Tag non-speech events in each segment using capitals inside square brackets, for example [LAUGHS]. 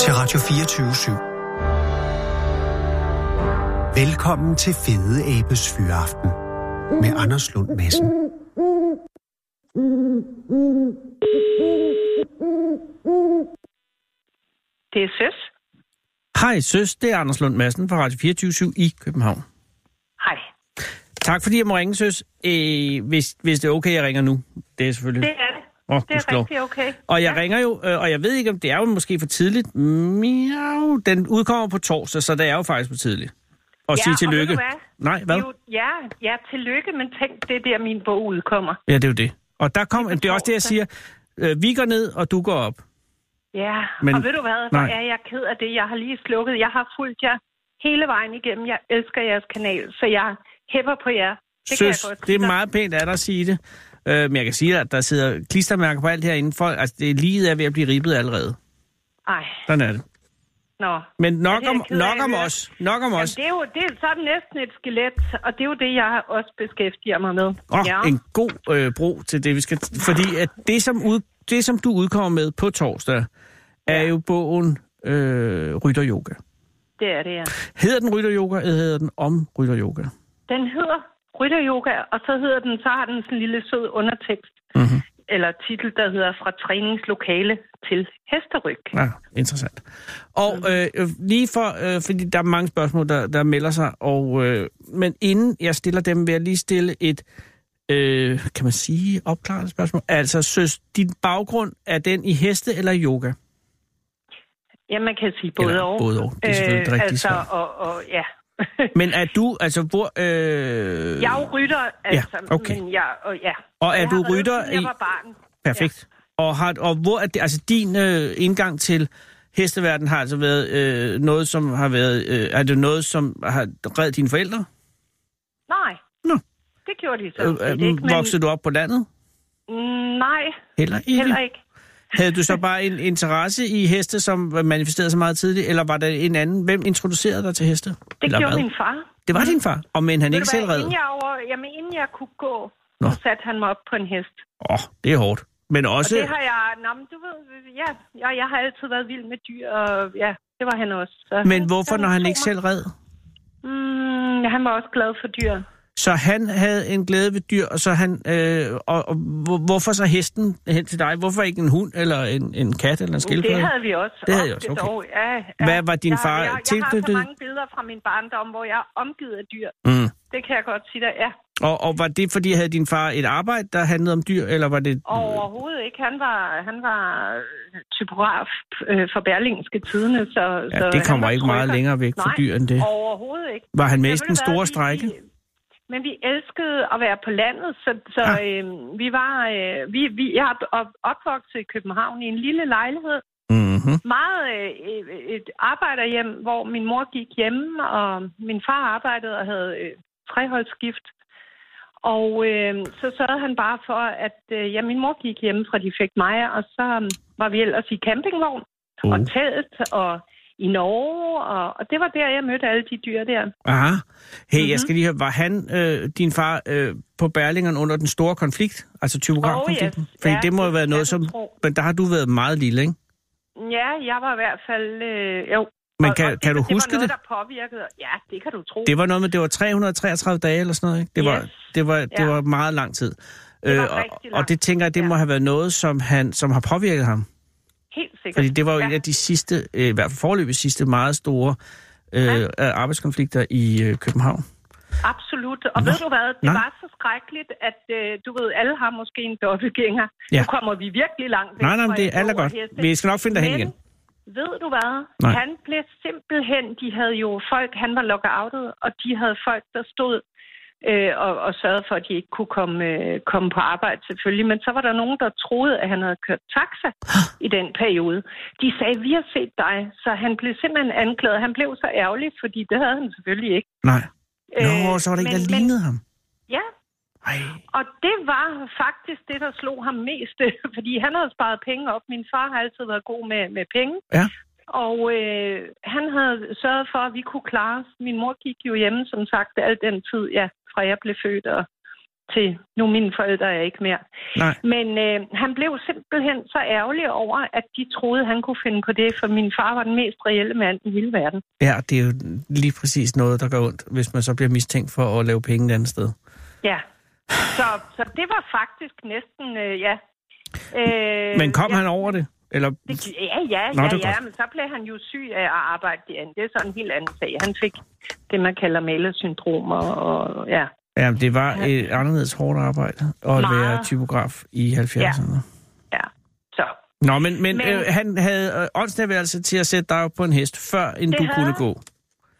til Radio 24 /7. Velkommen til Fede Abes Fyraften med Anders Lund Madsen. Det er søs. Hej søs, det er Anders Lund Madsen fra Radio 24 i København. Hej. Tak fordi jeg må ringe, søs. Øh, hvis, hvis det er okay, jeg ringer nu. Det er selvfølgelig... Det er det. Åh, Det er gudskelov. rigtig okay. Og jeg ja. ringer jo, øh, og jeg ved ikke, om det er jo måske for tidligt. Miau. Den udkommer på torsdag, så det er jo faktisk for tidligt. Og Ja, sige og tillykke. ved du hvad? Nej, hvad? Jo, ja, ja, tillykke, men tænk, det er der, min bog udkommer. Ja, det er jo det. Og der kom, det, er på det er også det, jeg siger. torsdag. Øh, vi går ned, og du går op. Ja, Men- men, og ved du hvad, hvor nej. er jeg ked af det. Jeg har lige slukket. Jeg har fulgt jer hele vejen igennem. Jeg elsker jeres kanal, så jeg hæpper på jer. Det Søs, kan jeg godt det sige er dig. meget pænt af dig at sige det. Øh, men jeg kan sige, at der sidder klistermærker på alt herinde. Folk, altså, det, livet er ved at blive ribbet allerede. Ej, Sådan er det. nå. Men nok det er om, jeg ked af nok at om høre. os. Nok om Jamen, os. det er jo det er sådan næsten et skelet, og det er jo det, jeg også beskæftiger mig med. Og en god øh, bro til det, vi skal... Fordi at det, som, ud, det, som du udkommer med på torsdag, er jo bogen øh, Rytter Yoga. det er det, ja. Hedder den Rytter Yoga, eller hedder den Om Rytter Yoga? Den hedder Rytteryoga, og så hedder den, så har den sådan en lille sød undertekst, Mhm. eller titel, der hedder Fra træningslokale til hesteryg. Ja, interessant. Og øh, øh, lige for, øh, fordi der er mange spørgsmål, der, der melder sig, og, øh, men inden jeg stiller dem, vil jeg lige stille et, øh, kan man sige, opklarende spørgsmål. Altså, søs, din baggrund, er den i heste eller i yoga? Ja, man kan sige både Eller og. både og. Det er selvfølgelig det rigtige altså, svar. og, og, ja. [LAUGHS] Men er du, altså, hvor... Øh, jeg er jo rytter, altså, okay. men jeg, og, ja. Og er jeg du har været rytter siden Jeg i- var barn. Perfekt. Ja. Og, har, og hvor er det, altså din øh, indgang til hesteverden har altså været øh, noget, som har været, øh, er det noget, som har reddet dine forældre? Nej. Nå. Det gjorde de så. Øh, øh, voksede du op på landet? Nej, Heller ikke. heller ikke. Havde du så bare en interesse i heste, som manifesterede sig meget tidligt, eller var der en anden? Hvem introducerede dig til heste? Det eller gjorde hvad? min far. Det var din far, og men han Ved ikke du selv hvad, red. inden jeg, over, jamen, inden jeg kunne gå, Nå. så satte han mig op på en hest. Åh, oh, det er hårdt. Men Og også, det har jeg, nå, men du ved, ja, jeg, jeg har altid været vild med dyr, og ja, det var han også. Så men hvorfor, når han tog ikke mig. selv red? Mm, han var også glad for dyr. Så han havde en glæde ved dyr, og så han, øh, og, og hvor- hvorfor så hesten hen til dig? Hvorfor ikke en hund, eller en, en kat, eller en skildpadde? Det havde vi også. Det havde I Og også, okay. dog, ja, ja. Hvad var din jeg, far jeg, jeg, har så tilknyttet? mange billeder fra min barndom, hvor jeg er omgivet af dyr. Mm. Det kan jeg godt sige dig, ja. Og, og var det, fordi havde din far et arbejde, der handlede om dyr, eller var det... Overhovedet ikke. Han var, han var øh, typograf øh, for Berlingske Tidene, så... så Ja, det han kommer var ikke meget trykker. længere væk fra Nej, dyr end det. Overhovedet ikke. Var han med i Ja, ved den du hvad, store vi- strække? vi- Men vi elskede at være på landet, så, så Ah. ah. øhm, vi var, øh, vi, vi, jeg er op, opvokset i København i en lille lejlighed. Mm-hmm. Meget øh, øh, et arbejderhjem, hvor min mor gik hjemme, og min far arbejdede og havde øh, treholdsskift. Og øh, så sørgede han bare for, at øh, ja, min mor gik hjemme fra de fik mig, og så øh, var vi ellers i campingvogn uh. Mm. og telt og i Norge, og, og det var der, jeg mødte alle de dyr der. Aha. Hey, mm-hmm. jeg skal lige høre, var han, øh, din far, øh, på Berlingeren under den store konflikt? Altså typografkonflikten? yes. Fordi Oh, Ja, det må jo det være kan noget, du som... tro. Men der har du været meget lille, ikke? Ja, jeg var i hvert fald... Øh, jo. Men Og- kan- og det, kan du det huske var noget, det? der påvirkede. Ja, det kan du tro. Det var noget med, det var 333 dage eller sådan noget, ikke? Det var, Yes. det var, det Ja. var meget lang tid. Det var og, rigtig og lang det tænker jeg, det tid, må ja. have været noget, som, han, som har påvirket ham. Helt sikkert. Fordi det var jo ja. en af de sidste, øh, i hvert fald forløbet sidste, meget store øh, ja. arbejdskonflikter i øh, København. Absolut. Og ved du hvad, det Nå. var så skrækkeligt, at øh, du ved, alle har måske en dobbeltgænger. Ja. Nu kommer vi virkelig langt væk. Nej, nej, men fra det en er alt er bog og godt. heste. Vi skal nok finde dig hen Men igen. Ved du hvad? Nej. Han blev simpelthen, de havde jo folk, han var lockoutet, og de havde folk, der stod øh, og, og sørgede for, at de ikke kunne komme, øh, komme på arbejde selvfølgelig. Men så var der nogen, der troede, at han havde kørt [GASPS] taxa i den periode. De sagde, vi har set dig, så han blev simpelthen anklaget. Han blev så ærgerlig, fordi det havde han selvfølgelig ikke. Nej. Nå, Øh, så var der ikke, der men- men- lignede ham. Ja, Ej. og det var faktisk det, der slog ham mest, [LAUGHS] fordi han havde sparet penge op. Min far har altid været god med, med penge. Ja. Og øh, han havde sørget for, at vi kunne klare os. Min mor gik jo hjemme, som sagt, al den tid, ja, fra jeg blev født og til nu mine forældre er ikke mere. Nej. Men øh, han blev simpelthen så ærgerlig over, at de troede, han kunne finde på det, for min far var den mest reelle mand i hele verden. Ja, det er jo lige præcis noget, der gør ondt, hvis man så bliver mistænkt for at lave penge et andet sted. Ja. Så, så det var faktisk næsten, øh, ja. Øh, Men kom ja, han over det? Eller... Det, ja, ja, Nå, Nå, ja, det er ja, godt. men så blev han jo syg af at arbejde derinde. Det er så en helt anden sag. Han fik det, man kalder malersyndrom, og, og ja. Ja, det var et anderledes hårdt arbejde at Meget. være typograf i 70'erne. Ja. ja. Så Nå, men, men, men... Men- Øh, han havde øh, åndsnærværelse til at sætte dig op på en hest, før end Det du havde kunne han. gå.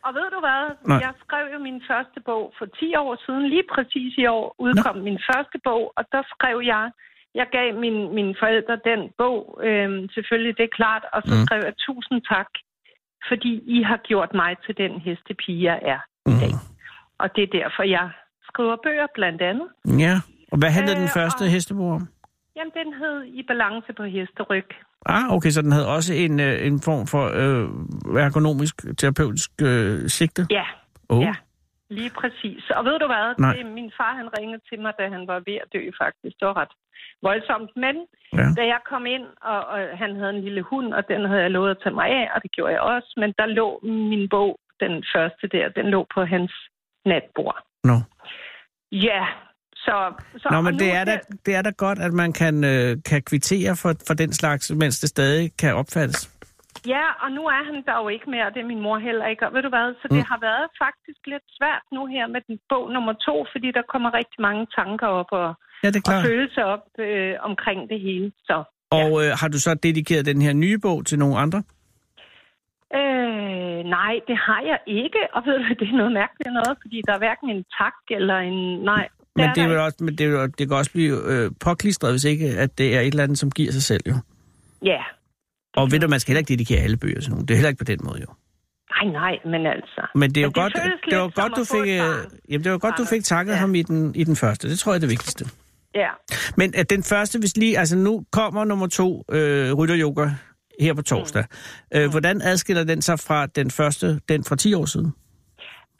Og ved du hvad? Nej. Nej. Jeg skrev jo min første bog for 10 år siden. Lige præcis i år udkom Nå. min første bog, og der skrev jeg, jeg gav min, mine forældre den bog, øhm, selvfølgelig, det er klart, og så Mm. mm. skrev jeg tusind tak, fordi I har gjort mig til den hestepige, jeg er i dag. Mm. Og det er derfor, jeg skriver bøger blandt andet. Mhm. Ja, og hvad handlede øh, Øh, den første og... og- hestebog om? Jamen, den hed I balance på hesteryg. Ah, okay, så den havde også en, øh, en form for øh, ergonomisk, terapeutisk øh, sigte? Ja, Oh. ja. Lige præcis. Og ved du hvad? Nej. Det, min far han ringede til mig, da han var ved at dø faktisk. Det var ret voldsomt. Men Ja. da jeg kom ind, og, og han havde en lille hund, og den havde jeg lovet at tage mig af, og det gjorde jeg også. Men der lå min bog, den første der, den lå på hans natbord. Nå. Ja, så... så Nå, og men nu det er, da, det er da godt, at man kan, øh, kan kvittere for, for den slags, mens det stadig kan opfattes. Ja, og nu er han der jo ikke mere, og det er min mor heller ikke. Og ved du hvad, så Mm. det har været faktisk lidt svært nu her med den bog nummer to, fordi der kommer rigtig mange tanker op og, Ja, det er og klart. følelser op øh, omkring det hele. Så Og øh, har du så dedikeret den her nye bog til nogle andre? øh, nej, det har jeg ikke, og ved du, [LAUGHS] det er noget mærkeligt noget, fordi der er hverken en tak eller en nej. Men er det, er der vel også, men det, er jo- det kan også blive øh, påklistret, hvis ikke at det er et eller andet, som giver sig selv. Jo. ikke. Ja, Og ved du, man skal heller ikke dedikere alle bøger til nogen. Det er heller ikke på den måde, jo. nej, nej, men altså. Men det er jo Men det godt, føles det var lidt som godt, du at få fik, et øh, barn. jamen, det var godt, du Anders. fik takket Ja. ham i den, i den første. Det tror jeg er det vigtigste. Ja, Men at den første, hvis lige, altså nu kommer nummer to, øh, rytteryoga, her på torsdag. Mm. Øh, hvordan adskiller den sig fra den første, den fra 10 år siden?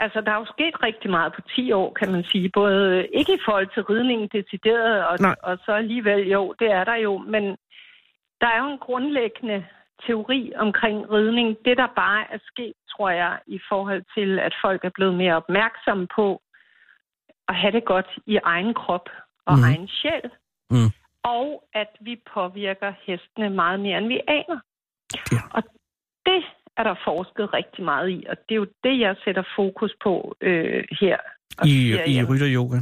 altså der er jo sket rigtig meget på 10 år, kan man sige. Både øh, ikke i forhold til ridningen decideret, og, Nej. og så alligevel jo, det er der jo. Men der er jo en grundlæggende teori omkring ridning. Det, der bare er sket, tror jeg, i forhold til, at folk er blevet mere opmærksomme på at have det godt i egen krop og Mhm. mm. egen sjæl. Mhm. Og at vi påvirker hestene meget mere, end vi aner. Ja. Og det er der forsket rigtig meget i, og det er jo det, jeg sætter fokus på øh, her. Og I, siger, i jamen, rytteryoga?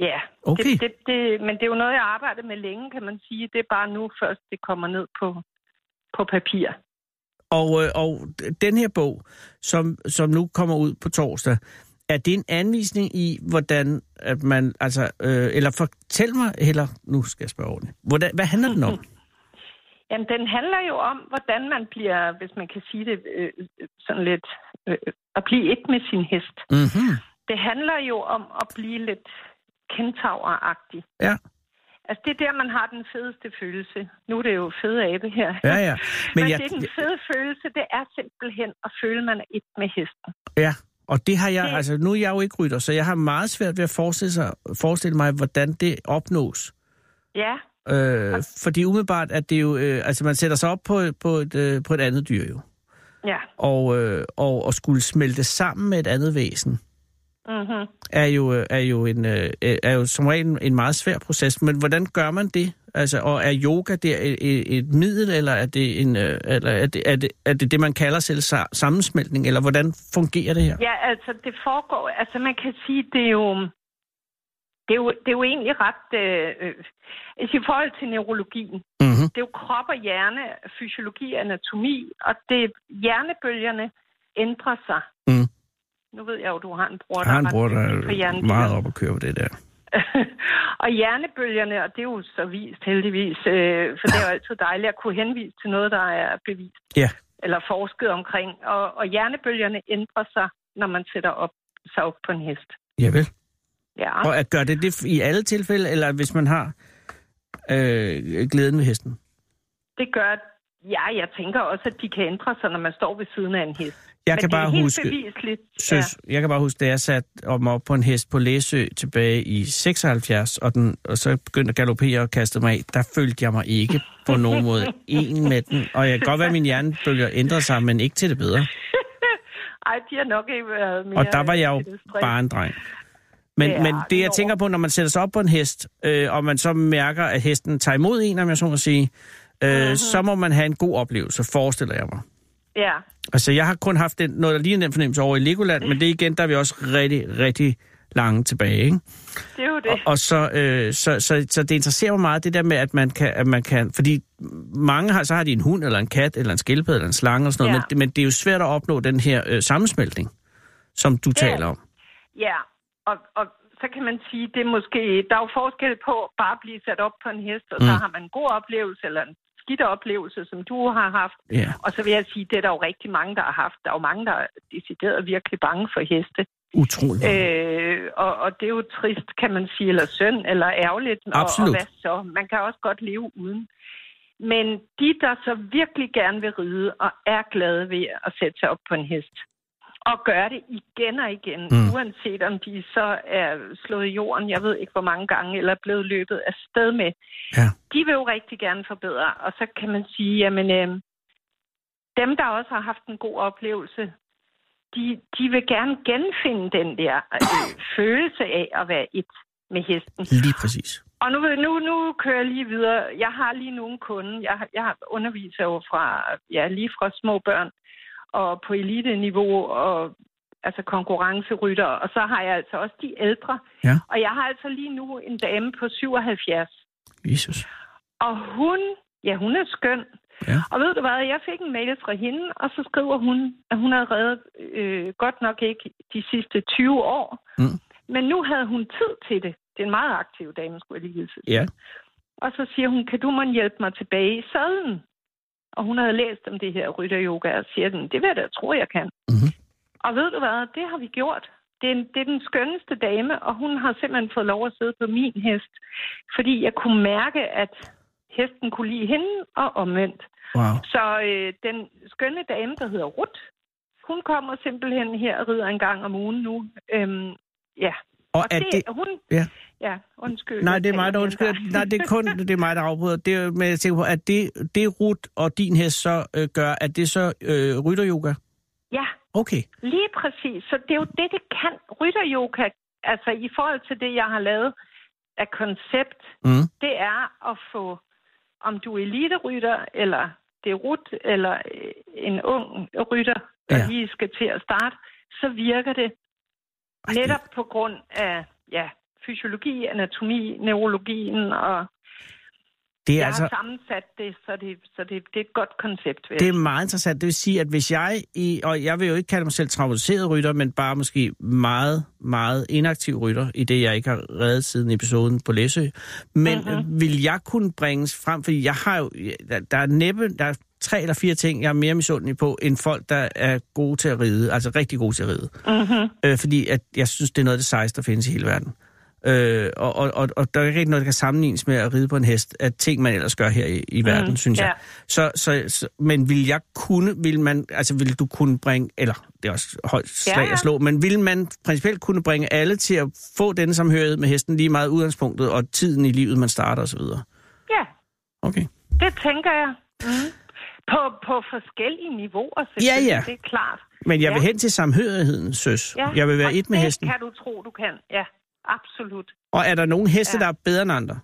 Ja, Okay. det, det, det, men det er jo noget, jeg har arbejdet med længe, kan man sige. Det er bare nu først, det kommer ned på, på papir. Og, øh, og den her bog, som, som nu kommer ud på torsdag, er det en anvisning i, hvordan at man, altså, øh, eller fortæl mig, eller nu skal jeg spørge ordentligt, hvordan, hvad handler den [LAUGHS] om? Jamen, den handler jo om, hvordan man bliver, hvis man kan sige det øh, sådan lidt, øh, at blive et med sin hest. Mm-hmm. Det handler jo om at blive lidt kentaueragtig. Ja. Altså, det er der, man har den fedeste følelse. Nu er det jo fede abe her. Ja, ja. Men, Men men jeg, det er den fede følelse, det er simpelthen at føle, man er et med hesten. ja, og det har jeg, Det- altså nu er jeg jo ikke rytter, så jeg har meget svært ved at forestille, sig, forestille mig, hvordan det opnås. Ja, Øh, fordi umiddelbart, at det jo, øh, altså man sætter sig op på, på, et, øh, på et andet dyr jo, ja. og, øh, og, og skulle smelte sammen med et andet væsen. Mm-hmm. er jo, øh, er jo, en, øh, er jo som regel en- en meget svær proces. Men hvordan gør man det? Altså, og er yoga der et, et- et middel, eller er det, en, øh, eller er det, er det, er det, det man kalder selv sa- sammensmeltning? Eller hvordan fungerer det her? Ja, altså det foregår, altså man kan sige, det er jo, det er jo, det er jo egentlig ret, øh, øh, altså i forhold til neurologien, Mm-hmm. det er jo krop og hjerne, fysiologi, anatomi, og det hjernebølgerne ændrer sig. Mm. Nu ved jeg jo, du har en bror, Jeg har en er ret bror, der dygtig på er hjernebiler. meget op at køre på det der. [LAUGHS] og hjernebølgerne, og det er jo så vist heldigvis, øh, for det er jo altid dejligt at kunne henvise til noget, der er bevist Ja. eller forsket omkring. Og, og hjernebølgerne ændrer sig, når man sætter op, sig op på en hest. Javel. Ja. Og at, gør det det i alle tilfælde, eller hvis man har øh, glæden ved hesten? Det gør Ja, jeg tænker også, at de kan ændre sig, når man står ved siden af en hest. Jeg Men kan det bare er helt huske, bevisligt. søs, jeg kan bare huske, da jeg satte om op på en hest på Læsø tilbage i 76, og, den, og så begyndte at galopere og kaste mig af, der følte jeg mig ikke på nogen måde en med den. Og jeg kan godt være, at min hjernebølger ændrede sig, men ikke til det bedre. Ej, de har nok ikke været mere... Og der var jeg jo øh, til det bare en dreng. Men, Ja, ja, men det, det jeg var- tænker på, når man sætter sig op på en hest, øh, og man så mærker, at hesten tager imod en, om jeg så må sige, øh, Mhm. så må man have en god oplevelse, forestiller jeg mig. Ja, Altså, jeg har kun haft den, noget, der ligner den fornemmelse over i Legoland, men det er igen, der er vi også rigtig, rigtig lange tilbage, ikke? det er jo det. Og så, øh, så, så, så det interesserer mig meget, det der med, at man kan, at man kan fordi mange har, så har de en hund, eller en kat, eller en skildpadde, eller en slange, og sådan noget, Ja. ja. men, men det er jo svært at opnå den her øh, sammensmeltning, som du Ja. taler om. Ja, og, og så kan man sige, det er måske, der er jo forskel på bare at blive sat op på en hest, og mm. så Mm. har man en god oplevelse, eller en skidt oplevelse, som du har haft. Ja. Og så vil jeg sige, det er der jo rigtig mange, der har haft. Der er jo mange, der er decideret virkelig bange for heste. Utrolig. Øh, Øh, og, og det er jo trist, kan man sige, eller synd, eller ærgerligt. Og, Absolut. og hvad så? Man kan også godt leve uden. Men de, der så virkelig gerne vil ride, og er glade ved at sætte sig op på en hest, og gøre det igen og igen, mm. Mm. uanset om de så er slået i jorden, jeg ved ikke hvor mange gange, eller er blevet løbet af sted med, ja. de vil jo rigtig gerne forbedre, og så kan man sige, jamen øh, dem, der også har haft en god oplevelse, de, de vil gerne genfinde den der øh, følelse af at være et med hesten. Lige præcis. Og nu, nu, nu kører jeg lige videre. Jeg har lige nogle kunde. Jeg, har- jeg har- underviser jo fra, ja, lige fra små børn og på eliteniveau og altså konkurrencerytter. Og så har jeg altså også de ældre. Ja. Og jeg har altså lige nu en dame på 77, Jesus. og hun, ja, hun er skøn. Ja. Og ved du hvad, jeg fik en mail fra hende, og så skriver hun, at hun havde reddet øh, godt nok ikke de sidste 20 år. Mm. Men nu havde hun tid til det. Det er en meget aktiv dame, skulle jeg lige hilse. Ja. Og så siger hun, kan du må hjælpe mig tilbage i sadlen? Og hun havde læst om det her rytteryoga og siger den, det vil jeg da tro, jeg kan. Mhm. Og ved du hvad, det har vi gjort. Det er, en, det er den skønneste dame, og hun har simpelthen fået lov at sidde på min hest. Fordi jeg kunne mærke, at hesten kunne lide hende og omvendt. Wow. Så øh, den skønne dame, der hedder Rut, hun kommer simpelthen her og rider en gang om ugen nu. Øhm, ja. Og Og er det... hun, Ja. ja, undskyld. Nej, jeg det er taler mig, der mere end undskylder. dig. Nej, det er kun det er mig, der afbryder. Det er, men jeg tænker på, at det, det Rut og din hest så øh, gør, at det så øh, rytteryoga? [LAUGHS] Ja, Okay. Lige præcis. Så det er jo det, det kan. Rytteryoga, altså i forhold til det, jeg har lavet af koncept, Mm. det er at få, om du er eliterytter, eller det er rut, eller øh, en ung rytter, der ja. Ja. lige skal til at starte, så virker det Ej, det- netop på grund af ja, fysiologi, anatomi, neurologien, og Det jeg er har altså... sammensat det, så det, så det, det er et godt koncept. Ved. Det er meget interessant. Det vil sige, at hvis jeg, i, og jeg vil jo ikke kalde mig selv traumatiseret rytter, men bare måske meget, meget inaktiv rytter, i det jeg ikke har reddet siden episoden på Læsø. Men mm-hmm. vil jeg kunne bringes frem, fordi jeg har jo, der, der er næppe, der er tre eller fire ting, jeg er mere misundelig på, end folk, der er gode til at ride, altså rigtig gode til at ride. Mm-hmm. Øh, fordi at, jeg synes, det er noget af det sejeste, der findes i hele verden. Øh, og, og, og, og der er ikke rigtig noget, der kan sammenlignes med at ride på en hest, af ting, man ellers gør her i, i verden, Mm, mm, synes ja. jeg. Så, så, så, men vil jeg kunne, vil man, altså vil du kunne bringe, eller det er også højt slag Ja, ja. at slå, men vil man principielt kunne bringe alle til at få denne samhørighed med hesten lige meget udgangspunktet og tiden i livet, man starter osv.? Ja, Okay. Det tænker jeg. Mm. På, på forskellige niveauer, selvfølgelig. Ja, ja. Det er klart. Men jeg Ja. vil hen til samhørigheden, søs. Ja. Jeg vil være og et med det hesten. kan du tro, du kan. Ja, absolut. Og er der nogen heste, Ja. der er bedre end andre?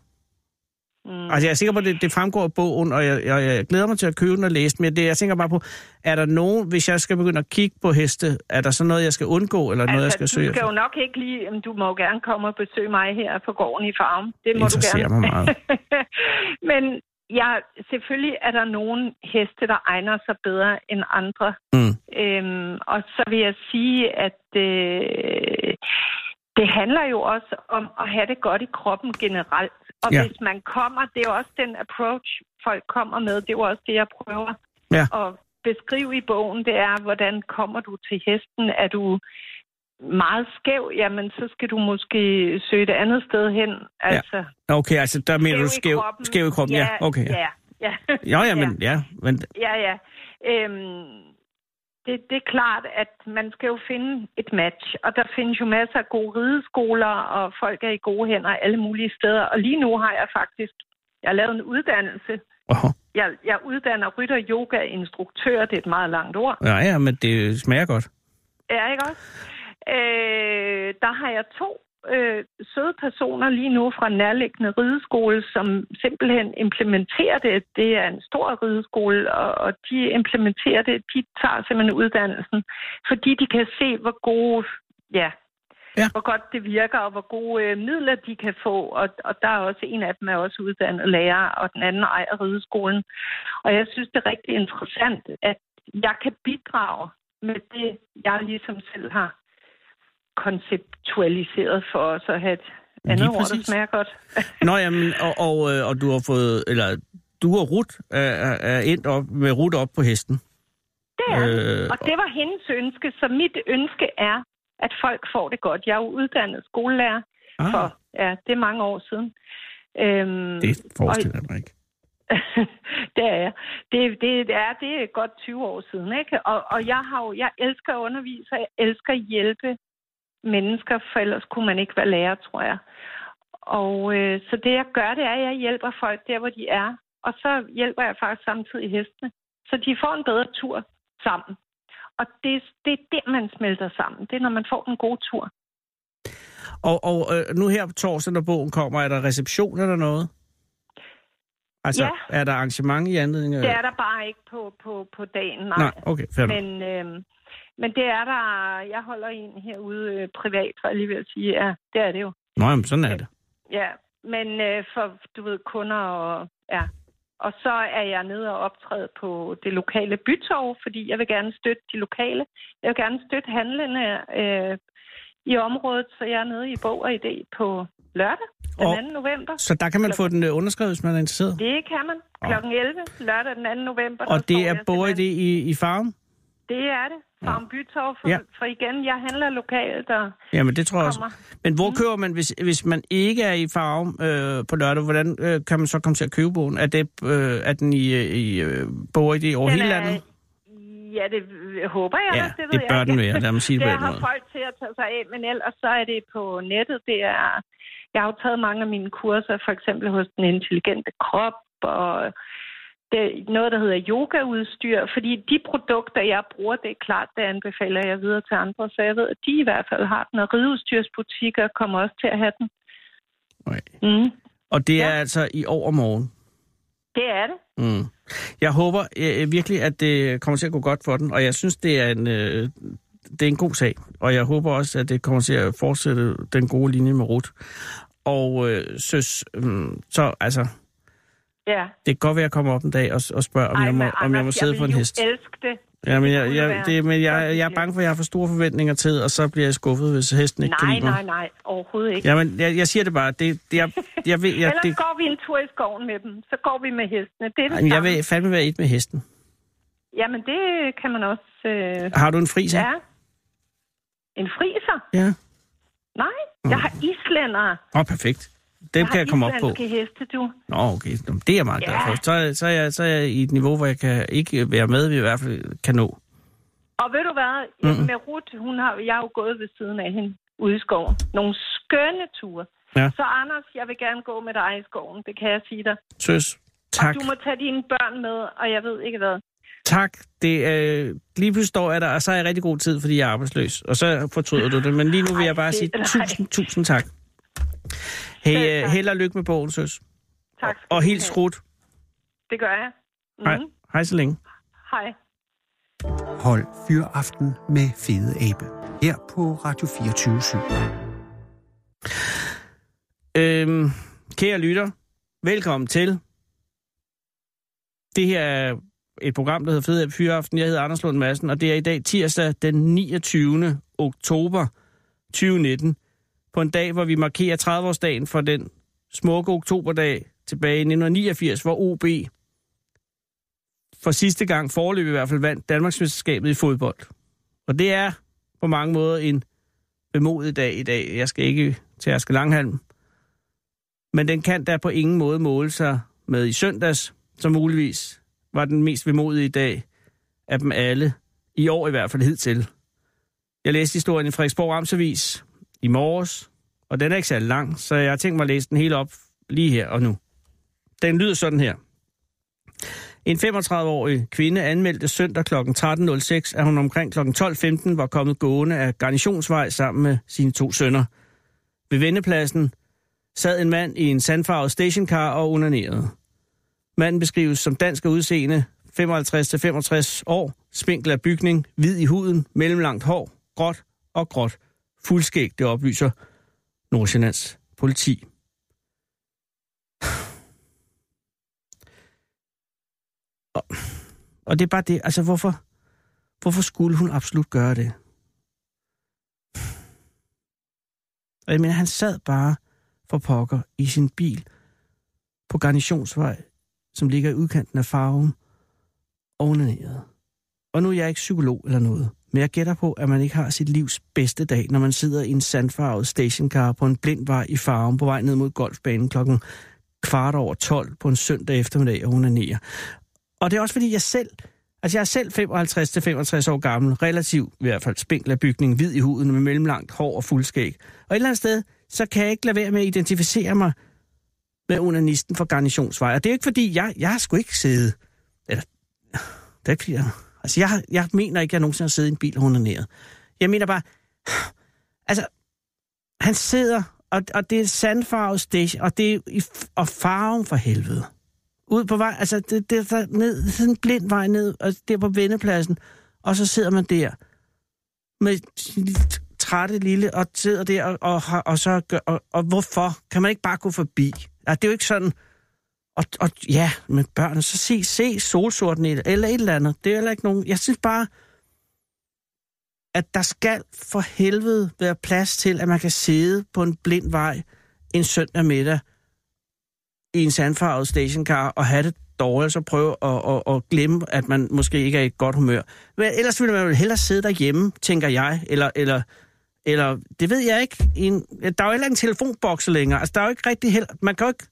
Mm. Altså, jeg er sikker på, at det, det fremgår af bogen, og jeg, jeg, jeg glæder mig til at købe den og læse den, men det, jeg tænker bare på, er der nogen, hvis jeg skal begynde at kigge på heste, er der så noget, jeg skal undgå, eller noget, jeg skal altså, søge du skal efter? jo nok ikke lige... jamen, Du må jo gerne komme og besøge mig her på gården i farven. Det Det må du gerne. interesserer mig meget. [LAUGHS] Men ja, selvfølgelig er der nogle heste, der egner sig bedre end andre. Mm. Øhm, og så vil jeg sige, at øh, det handler jo også om at have det godt i kroppen generelt. Og ja. Ja. hvis man kommer, det er jo også den approach, folk kommer med. Det er jo også det, jeg prøver Ja. at beskrive i bogen. Det er, hvordan kommer du til hesten? Er du meget skæv? Jamen, så skal du måske søge et andet sted hen. Altså, Okay, altså, der mener du skæv i skæv, kroppen. skæv i kroppen? Ja, okay. Ja. ja. Ja. [LAUGHS] Jo, ja, men, ja. men Ja, ja. Øhm, det, det er klart, at man skal jo finde et match, og der findes jo masser af gode rideskoler, og folk er i gode hænder alle mulige steder. Og lige nu har jeg faktisk, jeg har lavet en uddannelse. åh, Jeg, jeg uddanner rytter-yoga-instruktør, det er et meget langt ord. ja, ja, men det smager godt. Ja, ikke også? Øh, der har jeg to øh, søde personer lige nu fra en nærliggende rideskole, som simpelthen implementerer det. Det er en stor rideskole, og, og de implementerer det. De tager simpelthen uddannelsen, fordi de kan se, hvor gode... Ja, Ja. hvor godt det virker, og hvor gode øh, midler de kan få. Og, og der er også en af dem er også uddannet lærer, og den anden ejer rideskolen. Og jeg synes, det er rigtig interessant, at jeg kan bidrage med det, jeg ligesom selv har konceptualiseret for os at have et andet ord, der præcis. smager godt. [LAUGHS] Nå, jamen, og, og, øh, og du har fået, eller du og Rut er, er er øh, endt op med Rut op på hesten. Det er det. Øh, Og det var hendes ønske, så mit ønske er, at folk får det godt. Jeg er jo uddannet skolelærer for, ah, ja, det er mange år siden. Øhm, det forestiller jeg mig ikke. [LAUGHS] det er jeg. Det, det, det er det er godt 20 år siden, ikke? Og, og jeg har jo, jeg elsker at undervise, og jeg elsker at hjælpe mennesker, for ellers kunne man ikke være lærer, tror jeg. Og øh, så det jeg gør, det er, at jeg hjælper folk der, hvor de er, og så hjælper jeg faktisk samtidig hestene, så de får en bedre tur sammen. Og det, det er der, man smelter sammen. Det er, når man får en god tur. Og, og øh, nu her på torsdag, når bogen kommer, er der reception eller noget? Altså, Ja. er der arrangement i anledning af... Det er der bare ikke på, på, på dagen, nej. Nej, okay, fair nok. Men, øh, men det er der, jeg holder en herude øh, privat, var jeg lige ved at sige. Ja, det er det jo. Nå, jamen, sådan er det. Ja, men øh, for, du ved, kunder og... Ja. Og så er jeg nede og optræde på det lokale bytorv, fordi jeg vil gerne støtte de lokale. Jeg vil gerne støtte handlende øh, i området, så jeg er nede i Bog og Idé på lørdag, den Og- 2. november. Så der kan man få den øh, underskrevet, hvis man er interesseret. Det kan man. Klokken 11, lørdag den 2. november. der Og det står er jeg både simpelthen- det i, i farven? Det er det. Farm Bytorv, for, Ja. ja. for igen, jeg handler lokalt, og Jamen, det tror jeg også. Kommer. Mm. Men hvor køber man, hvis, hvis man ikke er i farven øh, på lørdag, hvordan øh, kan man så komme til at købe bogen? Er, det, øh, er den i, øh, i øh, bog i over Den hele er- landet? ja, det håber jeg, Ja, da, det ved det jeg bør ikke. den være. Lad mig sige det på det den har måde. folk til at tage sig af, men ellers så er det på nettet. Det er, jeg har jo taget mange af mine kurser, for eksempel hos den intelligente krop, og det, noget, der hedder yogaudstyr, fordi de produkter, jeg bruger, det er klart, det anbefaler jeg videre til andre, så jeg ved, at de i hvert fald har den, og rideudstyrsbutikker kommer også til at have den. Nej. Mm. Og det er Ja. altså i overmorgen. Det er det. Mm. Jeg håber øh, virkelig, at det kommer til at gå godt for den, og jeg synes, det er en, øh, det er en god sag. Og jeg håber også, at det kommer til at fortsætte den gode linje med Rut. Og øh, søs, øh, så altså, Ja. det kan godt være, at jeg kommer op en dag og, og spørger, om, Ej, jeg må, men om jeg må Anders, sidde jeg på en ville jo hest. elske det. Ja, men jeg, kunne jo jeg, være det, men jeg, godt jeg er idé. bange for, at jeg har for store forventninger til, og så bliver jeg skuffet, hvis hesten ikke kan Nej, lide mig. nej, nej. Overhovedet ikke. Ja, Jamen, jeg, jeg siger det bare. Det, det, jeg, jeg, vil, ja, jeg, [LAUGHS] Ellers det, det... går vi en tur i skoven med dem. Så går vi med hestene. Det er det Ej, men jeg samme. vil fandme være et med hesten. Jamen, det kan man også... Øh... Har du en friser? Ja. En friser? ja. Nej, jeg har islændere. Åh, oh, perfekt. Mm. Dem Jeg har kan jeg komme op på. islandske heste, du. Nå, okay. Nå, men Det er jeg meget glad Ja. for. Så, så, er jeg, så er jeg i et niveau, hvor jeg kan ikke være med, vi i hvert fald kan nå. Og ved du hvad? Mm. Med Ruth, hun har, jeg har jo gået ved siden af hende ude i skoven. Nogle skønne ture. Ja. Så Anders, jeg vil gerne gå med dig i skoven. Det kan jeg sige dig. Søs, tak. Og du må tage dine børn med, og jeg ved ikke hvad. Tak. Det, øh, lige pludselig står jeg der, og så er jeg rigtig god tid, fordi jeg er arbejdsløs. Og så fortryder du det. Men lige nu vil Ej, jeg bare det- sige nej. tusind, tusind tak. Hey, Selv øh, tak. held og lykke med bogen, søs. Tak skal Og du helt have. skrudt. Det gør jeg. Mm. Hej, hej så længe. Hej. Hold Fyraften med Fede Abe. Her på Radio 24 /7. Øhm, kære lytter, velkommen til. Det her er et program, der hedder Fed Abe Fyraften. Jeg hedder Anders Lund Madsen, og det er i dag tirsdag den 29. oktober 2019. På en dag, hvor vi markerer 30-årsdagen for den smukke oktoberdag tilbage i 1989, hvor OB for sidste gang forløb i hvert fald vandt Danmarksmesterskabet i fodbold. Og det er på mange måder en bemodig dag i dag. Jeg skal ikke til Aske Langhalm, men den kan da på ingen måde måle sig med i søndags, som muligvis var den mest vemodige dag af dem alle, i år i hvert fald hidtil. Jeg læste historien i Frederiksborg Amtsavis i morges, og den er ikke særlig lang, så jeg har tænkt mig at læse den hele op lige her og nu. Den lyder sådan her. En 35-årig kvinde anmeldte søndag kl. 13.06, at hun omkring kl. 12.15 var kommet gående af Garnitionsvej sammen med sine to sønner. Ved vendepladsen sad en mand i en sandfarvet stationcar og onanerede. Manden beskrives som dansk af udseende, 55-65 år, spinkel af bygning, hvid i huden, mellemlangt hår, gråt og gråt. Fuldskæg, det oplyser Nordsjællands politi. Og, og det er bare det, altså hvorfor, hvorfor skulle hun absolut gøre det? Og jeg mener, han sad bare for pokker i sin bil på Garnitionsvej, som ligger i udkanten af farven, og onanerede. Og nu er jeg ikke psykolog eller noget, men jeg gætter på, at man ikke har sit livs bedste dag, når man sidder i en sandfarvet stationcar på en blind vej i farven på vej ned mod golfbanen klokken kvart over 12 på en søndag eftermiddag og onanerer. Og det er også fordi, jeg selv... Altså, jeg er selv 55-65 år gammel, relativt i hvert fald spinkel af bygning, hvid i huden med mellemlangt hår og fuldskæg. Og et eller andet sted, så kan jeg ikke lade være med at identificere mig med onanisten for garnitionsvej. Og det er ikke fordi, jeg, jeg har sgu ikke siddet... Eller, det er ikke fordi, jeg... Altså, jeg, har- jeg mener ikke, at jeg nogensinde har siddet i en bil og onaneret. Jeg mener bare... Altså, han sidder, og, og det er sandfarvet station, og det er i, og farven for helvede ud på vej, altså det, det er der ned, sådan en blind vej ned, og det er på vendepladsen, og så sidder man der med sin lille t- trætte lille, og sidder der, og, og, har- og så gør, og, og hvorfor? Kan man ikke bare gå forbi? Altså, det er jo ikke sådan, og, og ja, med børnene, så se, se solsorten eller, eller et eller andet. Det er heller ikke nogen, jeg synes bare, at der skal for helvede være plads til, at man kan sidde på en blind vej en søndag middag, i en sandfarvet stationcar og have det dårligt, og så prøve at, at, at glemme, at man måske ikke er i et godt humør. Men ellers ville man jo hellere sidde derhjemme, tænker jeg, eller, eller, eller det ved jeg ikke. i En, der er jo heller ikke en telefonboks længere. Altså, der er jo ikke rigtig heller... Man kan jo ikke...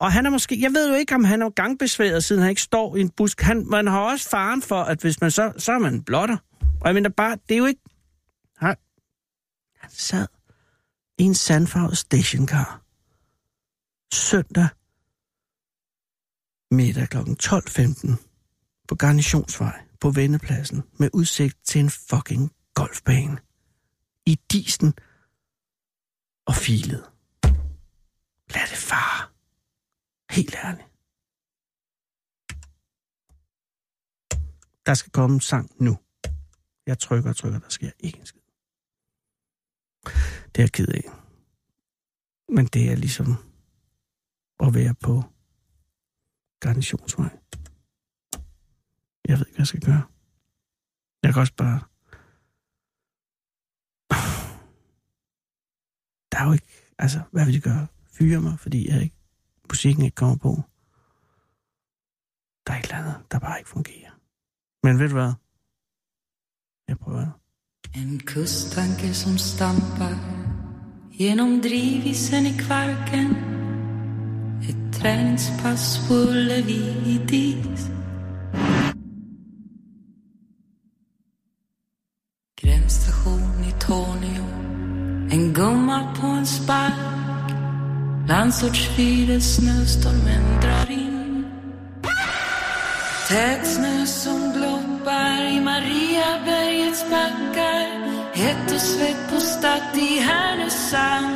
Og han er måske... Jeg ved jo ikke, om han er gangbesværet, siden han ikke står i en busk. Han, man har også faren for, at hvis man så... Så er man blotter. Og jeg mener bare, det er jo ikke... Han, han sad i en sandfarvet stationcar søndag middag kl. 12.15 på Garnitionsvej på Vendepladsen med udsigt til en fucking golfbane. I disen og filet. Lad det fare. Helt ærligt. Der skal komme en sang nu. Jeg trykker og trykker, der sker ikke en skid. Det er jeg ked af. Men det er ligesom at være på garnitionsvej. Jeg ved ikke, hvad jeg skal gøre. Jeg kan også bare... Der er jo ikke... Altså, hvad vil de gøre? Fyre mig, fordi jeg ikke, musikken ikke kommer på. Der er et eller andet, der bare ikke fungerer. Men ved du hvad? Jeg prøver det. En kusttanke som stampar Genomdriv i sen i kvarken Ett träningspass på Levidis Gränsstation i Tornio En gumma på en spark Landsortsfyrer snöstormen drar in Tät snö som gloppar i Mariabergets backar Hett och svett på Stadt i Härnösand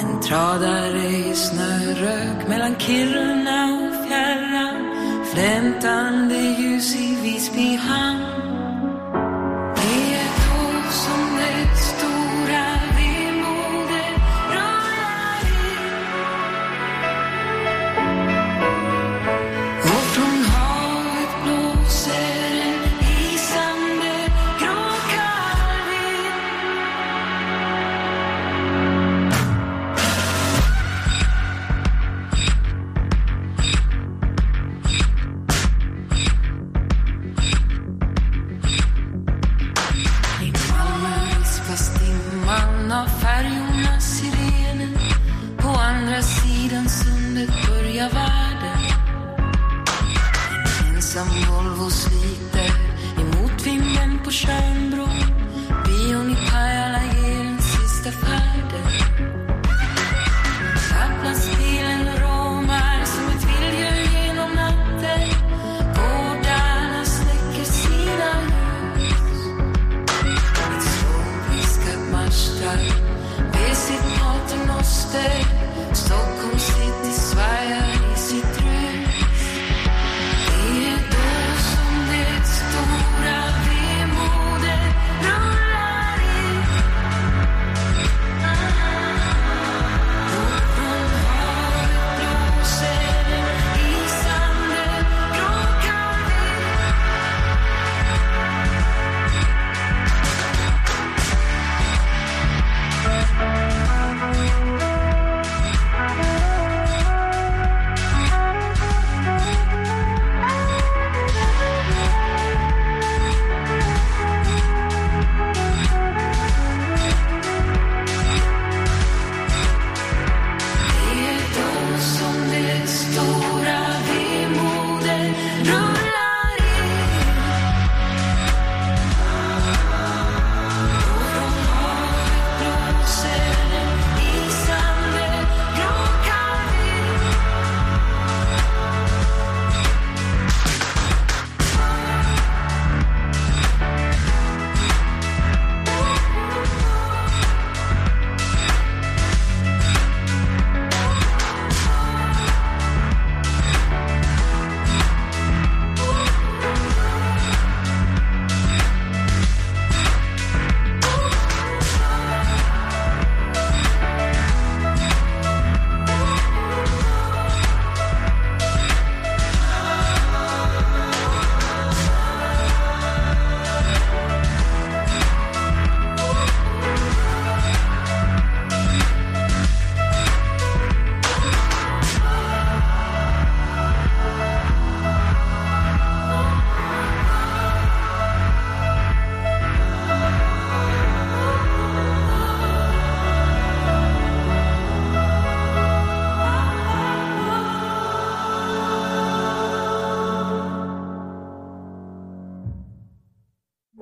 En tradare i snörök mellan Kiruna och fjärran Flämtande ljus i Visby hamn Det är tåg som det stora vemodet rullar in Och från havet blåser en isande grå kall vind. ensam Volvo sliter emot vinden på Tjörnbron. Bion i Pajala ger en sista färden. Laplandsbilen romar som ett vilddjur genom natten. Gårdarna släcker sina ljus. Ett sloviskat marschtag ber sitt paternoster. Stockholms city svajar i sitt rus. Det är då som det stora vemodet rullar in. Från havet blåser en isande grå kall vind. Det är då som det stora vemodet rullar in. Och från havet blåser en isande grå kall vind.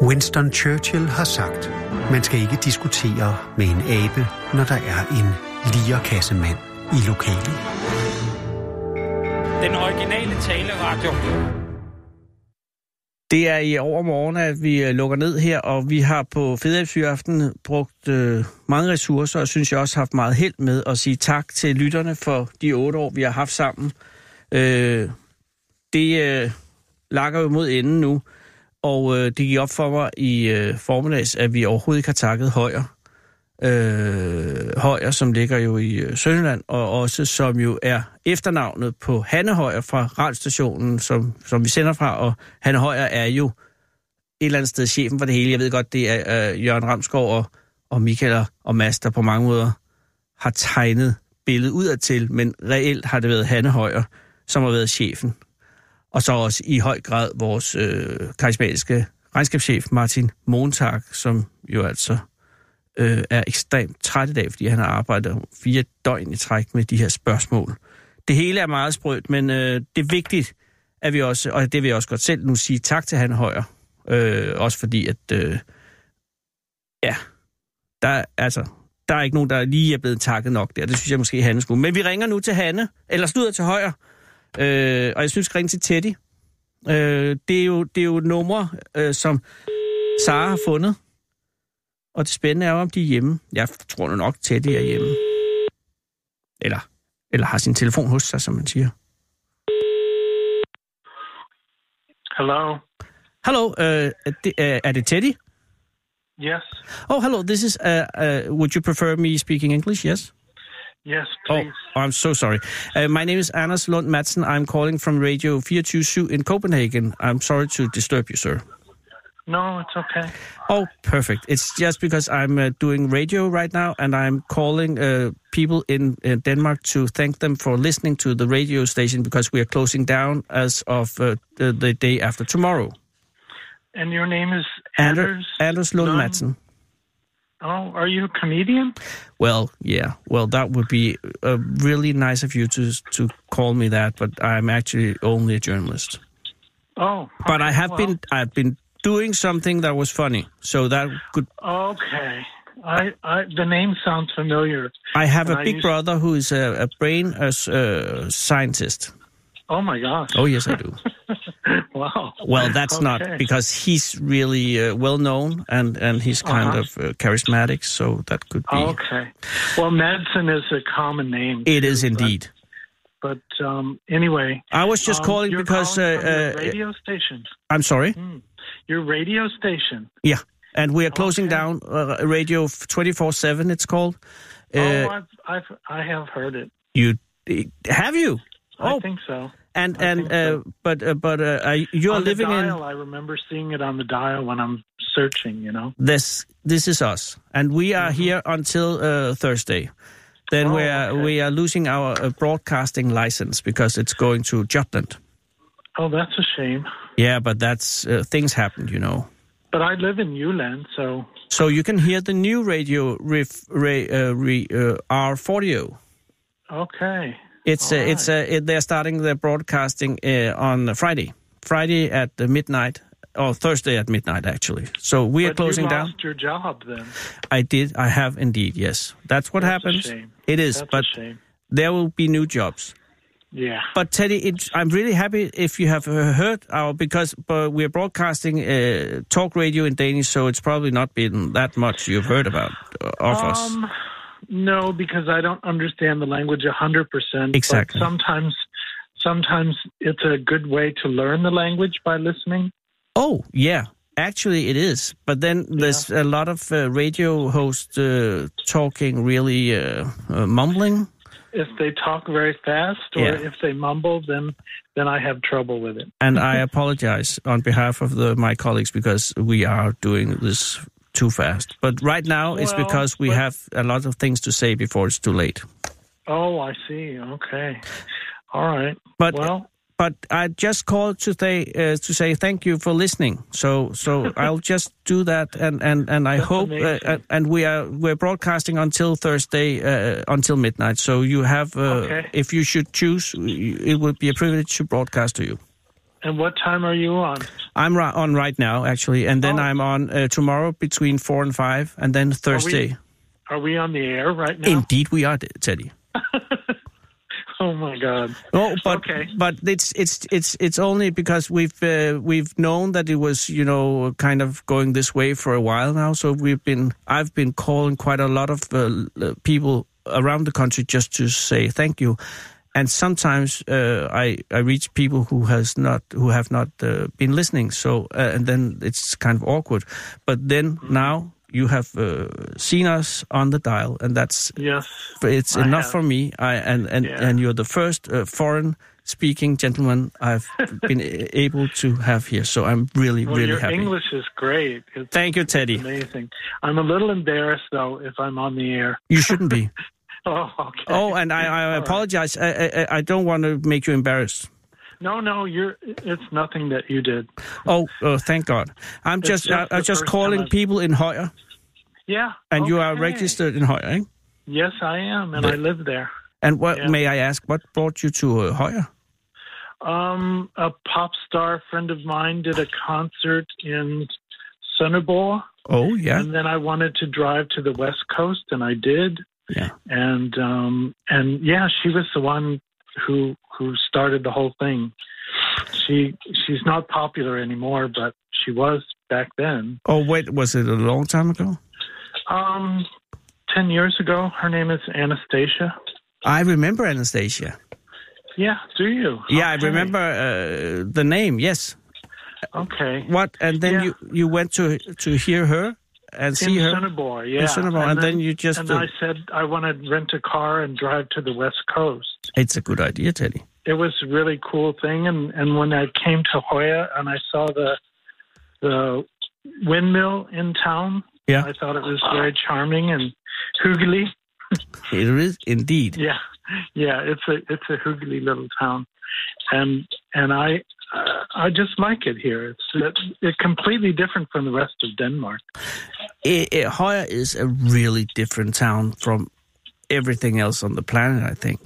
Winston Churchill har sagt, man skal ikke diskutere med en abe, når der er en lierkassemand i lokalet. Den originale taleradio. Det er i overmorgen, at vi øh, lukker ned her, og vi har på Fedabsyraften brugt øh, mange ressourcer, og synes jeg også haft meget held med at sige tak til lytterne for de otte år, vi har haft sammen. Øh, det øh, lakker jo mod enden nu, og øh, det gik op for mig i øh, formiddags, at vi overhovedet ikke har takket Højer. Øh, Højer, som ligger jo i øh, Sønderland, og også som jo er efternavnet på Hanne Højer fra radiostationen, som, som vi sender fra, og Hanne Højer er jo et eller andet sted chefen for det hele. Jeg ved godt, det er øh, Jørgen Ramskov og, og Michael og- og Mads, der på mange måder har tegnet billedet udadtil, men reelt har det været Hanne Højer, som har været chefen. Og så også i høj grad vores øh, karismatiske regnskabschef Martin Montag, som jo altså øh, er ekstremt træt i dag, fordi han har arbejdet fire døgn i træk med de her spørgsmål. Det hele er meget sprødt, men øh, det er vigtigt, at vi også, og det vil jeg også godt selv nu sige tak til han Højer, øh, også fordi at, øh, ja, der, er- altså, der er ikke nogen, der lige er blevet takket nok der. Det synes jeg måske, Hanne skulle. Men vi ringer nu til Hanne, eller slutter til Højer, øh, og jeg synes, vi skal ringe til Teddy. Øh, det, er jo, det er jo numre, øh, som Sara har fundet. Og det spændende er jo, om de er hjemme. Jeg tror nu nok, Teddy er hjemme. Eller, eller har sin telefon hos sig, som man siger. Hello. Hello, uh, det, uh, er det Teddy? Yes. Oh, hello, this is... Uh, uh, would you prefer me speaking English? Yes? Yes, Oh, please. oh, I'm so sorry. Uh, my name is Anders Lund Madsen. I'm calling from Radio 427 in Copenhagen. I'm sorry to disturb you, sir. No, it's okay. Oh, perfect. It's just because I'm uh, doing radio right now and I'm calling uh, people in, in Denmark to thank them for listening to the radio station because we are closing down as of uh, the, the day after tomorrow. And your name is Ander- Anders. Anders Lund Lund? Madsen. Oh, are you a comedian? Well, yeah. Well, that would be uh, really nice of you to to call me that, but I'm actually only a journalist. Oh. But okay, I have well, been I've been doing something that was funny, so that could Okay. I, I the name sounds familiar. I have And a I big used- brother who is a, a brain uh, s- uh, scientist. Oh my gosh. Oh yes, I do. [LAUGHS] wow. [LAUGHS] Well, that's Okay. not because he's really uh, well known and and he's kind Uh-huh. of uh, charismatic, so that could be. Okay. Well, Madsen is a common name, It is indeed. but um, anyway. I was just um, calling you're because calling from your uh, uh, radio Hmm. station. I'm sorry. Your radio station. Yeah, and we are closing Okay. down uh, radio 24 seven. It's called. Uh, oh, I've, I've I have heard it. you have you? Oh, I think so. and I and think so. uh, but uh, but uh, uh, you are on living the in dial, I remember seeing it on the dial when I'm searching. You know. this this is us and we are here until uh, thursday then Mm-hmm. Oh, we are okay. we are losing our uh, broadcasting license because it's going to jutland Oh, that's a shame. yeah but that's uh, things happened you know But I live in Uland, so so you can hear the new radio ref, re, uh, re, uh, r40 okay. it's uh, All it's uh, it, they're starting their broadcasting uh, on friday friday at uh, midnight or thursday at midnight actually so we are but closing you down lost your job then. i did i have indeed yes that's what That's a happens shame. it is That's but a shame. there will be new jobs. Yeah. But Teddy, it's, I'm really happy if you have uh, heard our because but we're broadcasting uh, talk radio in Danish, so it's probably not been that much you've heard about uh, of us. Um, no, because I don't understand the language a hundred percent. Exactly. Sometimes, sometimes it's a good way to learn the language by listening. Oh yeah, actually it is. But then there's a lot of uh, radio hosts uh, talking really uh, uh, mumbling. If they talk very fast or Yeah. if they mumble, then then I have trouble with it. and [LAUGHS] I apologize on behalf of the, my colleagues because we are doing this too fast. But right now, it's Well, because we but- have a lot of things to say before it's too late. Oh, I see. Okay. All right. But well, but I just called to say uh, to say thank you for listening. So [LAUGHS] so I'll just do that, and and and I That's hope uh, amazing. and- and we are we're broadcasting until Thursday uh, until midnight. So you have uh, Okay. if you should choose, it would be a privilege to broadcast to you. and what time are you on? I'm ri- on right now, actually, and then Oh. I'm on uh, tomorrow between four and five, and then Thursday. Are we on the air right now? Indeed, we are, Teddy. Oh my God. No, but Okay. but it's it's it's it's only because we've uh, we've known that it was you know kind of going this way for a while now. So we've been I've been calling quite a lot of uh, l- uh, people around the country just to say thank you, and sometimes uh, I I reach people who has not who have not uh, been listening. So uh, and then it's kind of awkward, but then now you have uh, seen us on the dial, and that's Yes. it's I enough have. for me. I and and, Yeah. and you're the first uh, foreign speaking gentleman [LAUGHS] I've been a- able to have here. So I'm really Well, really your happy. English is great. It's Thank you, Teddy. amazing. I'm a little embarrassed though if I'm on the air. [LAUGHS] You shouldn't be. Oh, okay. Oh, and I, I apologize. I, I I don't want to make you embarrassed. No, no, you're. It's nothing that you did. Oh, uh, thank God. I'm It's just just I, I'm the just first calling time I- people in Hoya, Yeah. and you are okay. registered in Hoya. Eh? Yes, I am, and I live there. And what Yeah. may I ask? What brought you to uh, Hoya? Um, a pop star friend of mine did a concert in Sonneborg, Oh yeah, and then I wanted to drive to the West Coast, and I did. yeah. And um, and yeah, she was the one who who started the whole thing. She she's not popular anymore, but she was back then. Oh wait, was it a long time ago? Um, ten years ago, her name is Anastasia. I remember Anastasia. Yeah, do you? Yeah, I Okay. remember uh, the name. Yes. Okay. What? And then Yeah. you you went to to hear her and see in her. Sonneborg, yeah. Sonneborg, and then you just, and uh, I said I want to rent a car and drive to the West Coast. It's a good idea, Teddy. It was a really cool thing, and and when I came to Hoya and I saw the the windmill in town, Yeah. I thought it was very charming and hoogly. [LAUGHS] It is indeed. Yeah, yeah, it's a it's a hoogly little town, and and I. Uh, I just like it here. It's it's it's completely different from the rest of Denmark. I- I- Højer is a really different town from everything else on the planet. I think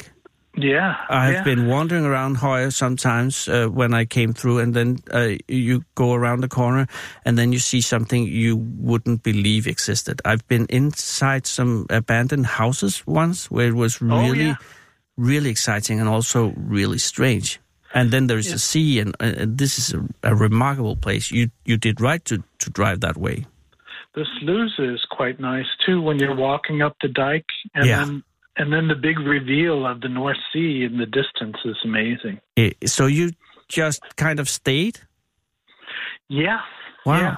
Yeah. I have yeah. been wandering around Hoya sometimes uh, when I came through, and then uh, you go around the corner, and then you see something you wouldn't believe existed. I've been inside some abandoned houses once, where it was Oh, really, yeah. really exciting and also really strange. And then there is a sea, and, uh, and this is a, a remarkable place. You you did right to, to drive that way. The sluice is quite nice too when you're walking up the dike, and Yeah. then and then the big reveal of the North Sea in the distance is amazing. Eh, So you just kind of stayed. Yeah. Wow. Yeah.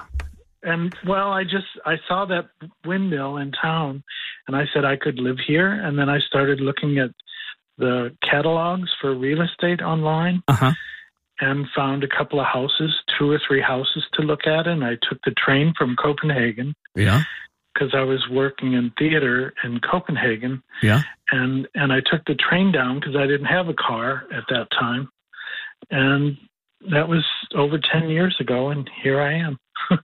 And well, I just I saw that windmill in town, and I said I could live here. And then I started looking at the catalogs for real estate online, Uh huh. and found a couple of houses, two or three houses to look at. And I took the train from Copenhagen Yeah. because I was working in theater in Copenhagen. Yeah. And and I took the train down because I didn't have a car at that time, and that was over ten years ago. And here I am. [LAUGHS]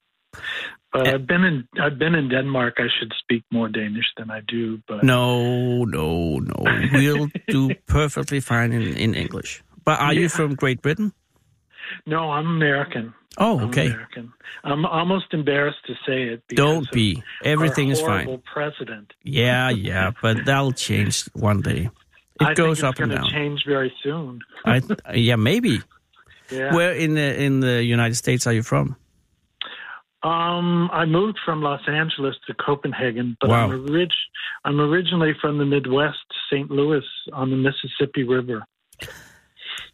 but Eh. I've been in I've been in Denmark. I should speak more Danish than I do. But No, no, no. We'll do perfectly fine in, in English. But are you from Great Britain? no, I'm American. Oh, I'm okay. American. I'm almost embarrassed to say it. because Don't of be. Everything our is horrible fine. President. Yeah, yeah. But that'll change one day. It I goes think up it's and gonna down. Change very soon. I, yeah, maybe. Yeah. Where in the in the United States are you from? Um, I moved from Los Angeles to Copenhagen, but Wow. I'm, orig- I'm originally from the Midwest, St. Louis, on the Mississippi River.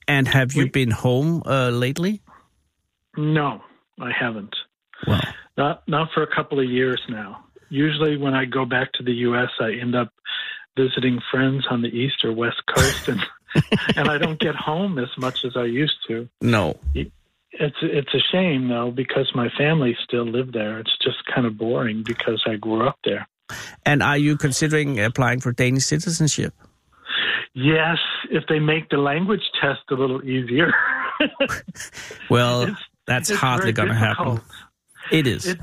And have you We- been home uh, lately? No, I haven't. Well, Not not for a couple of years now. Usually, when I go back to the U.S., I end up visiting friends on the East or West Coast, and [LAUGHS] and I don't get home as much as I used to. no. It's it's a shame though because my family still live there. It's just kind of boring because I grew up there. And are you considering applying for Danish citizenship? Yes, if they make the language test a little easier. Well, It's- that's it's hardly very going to happen. difficult. It is. It,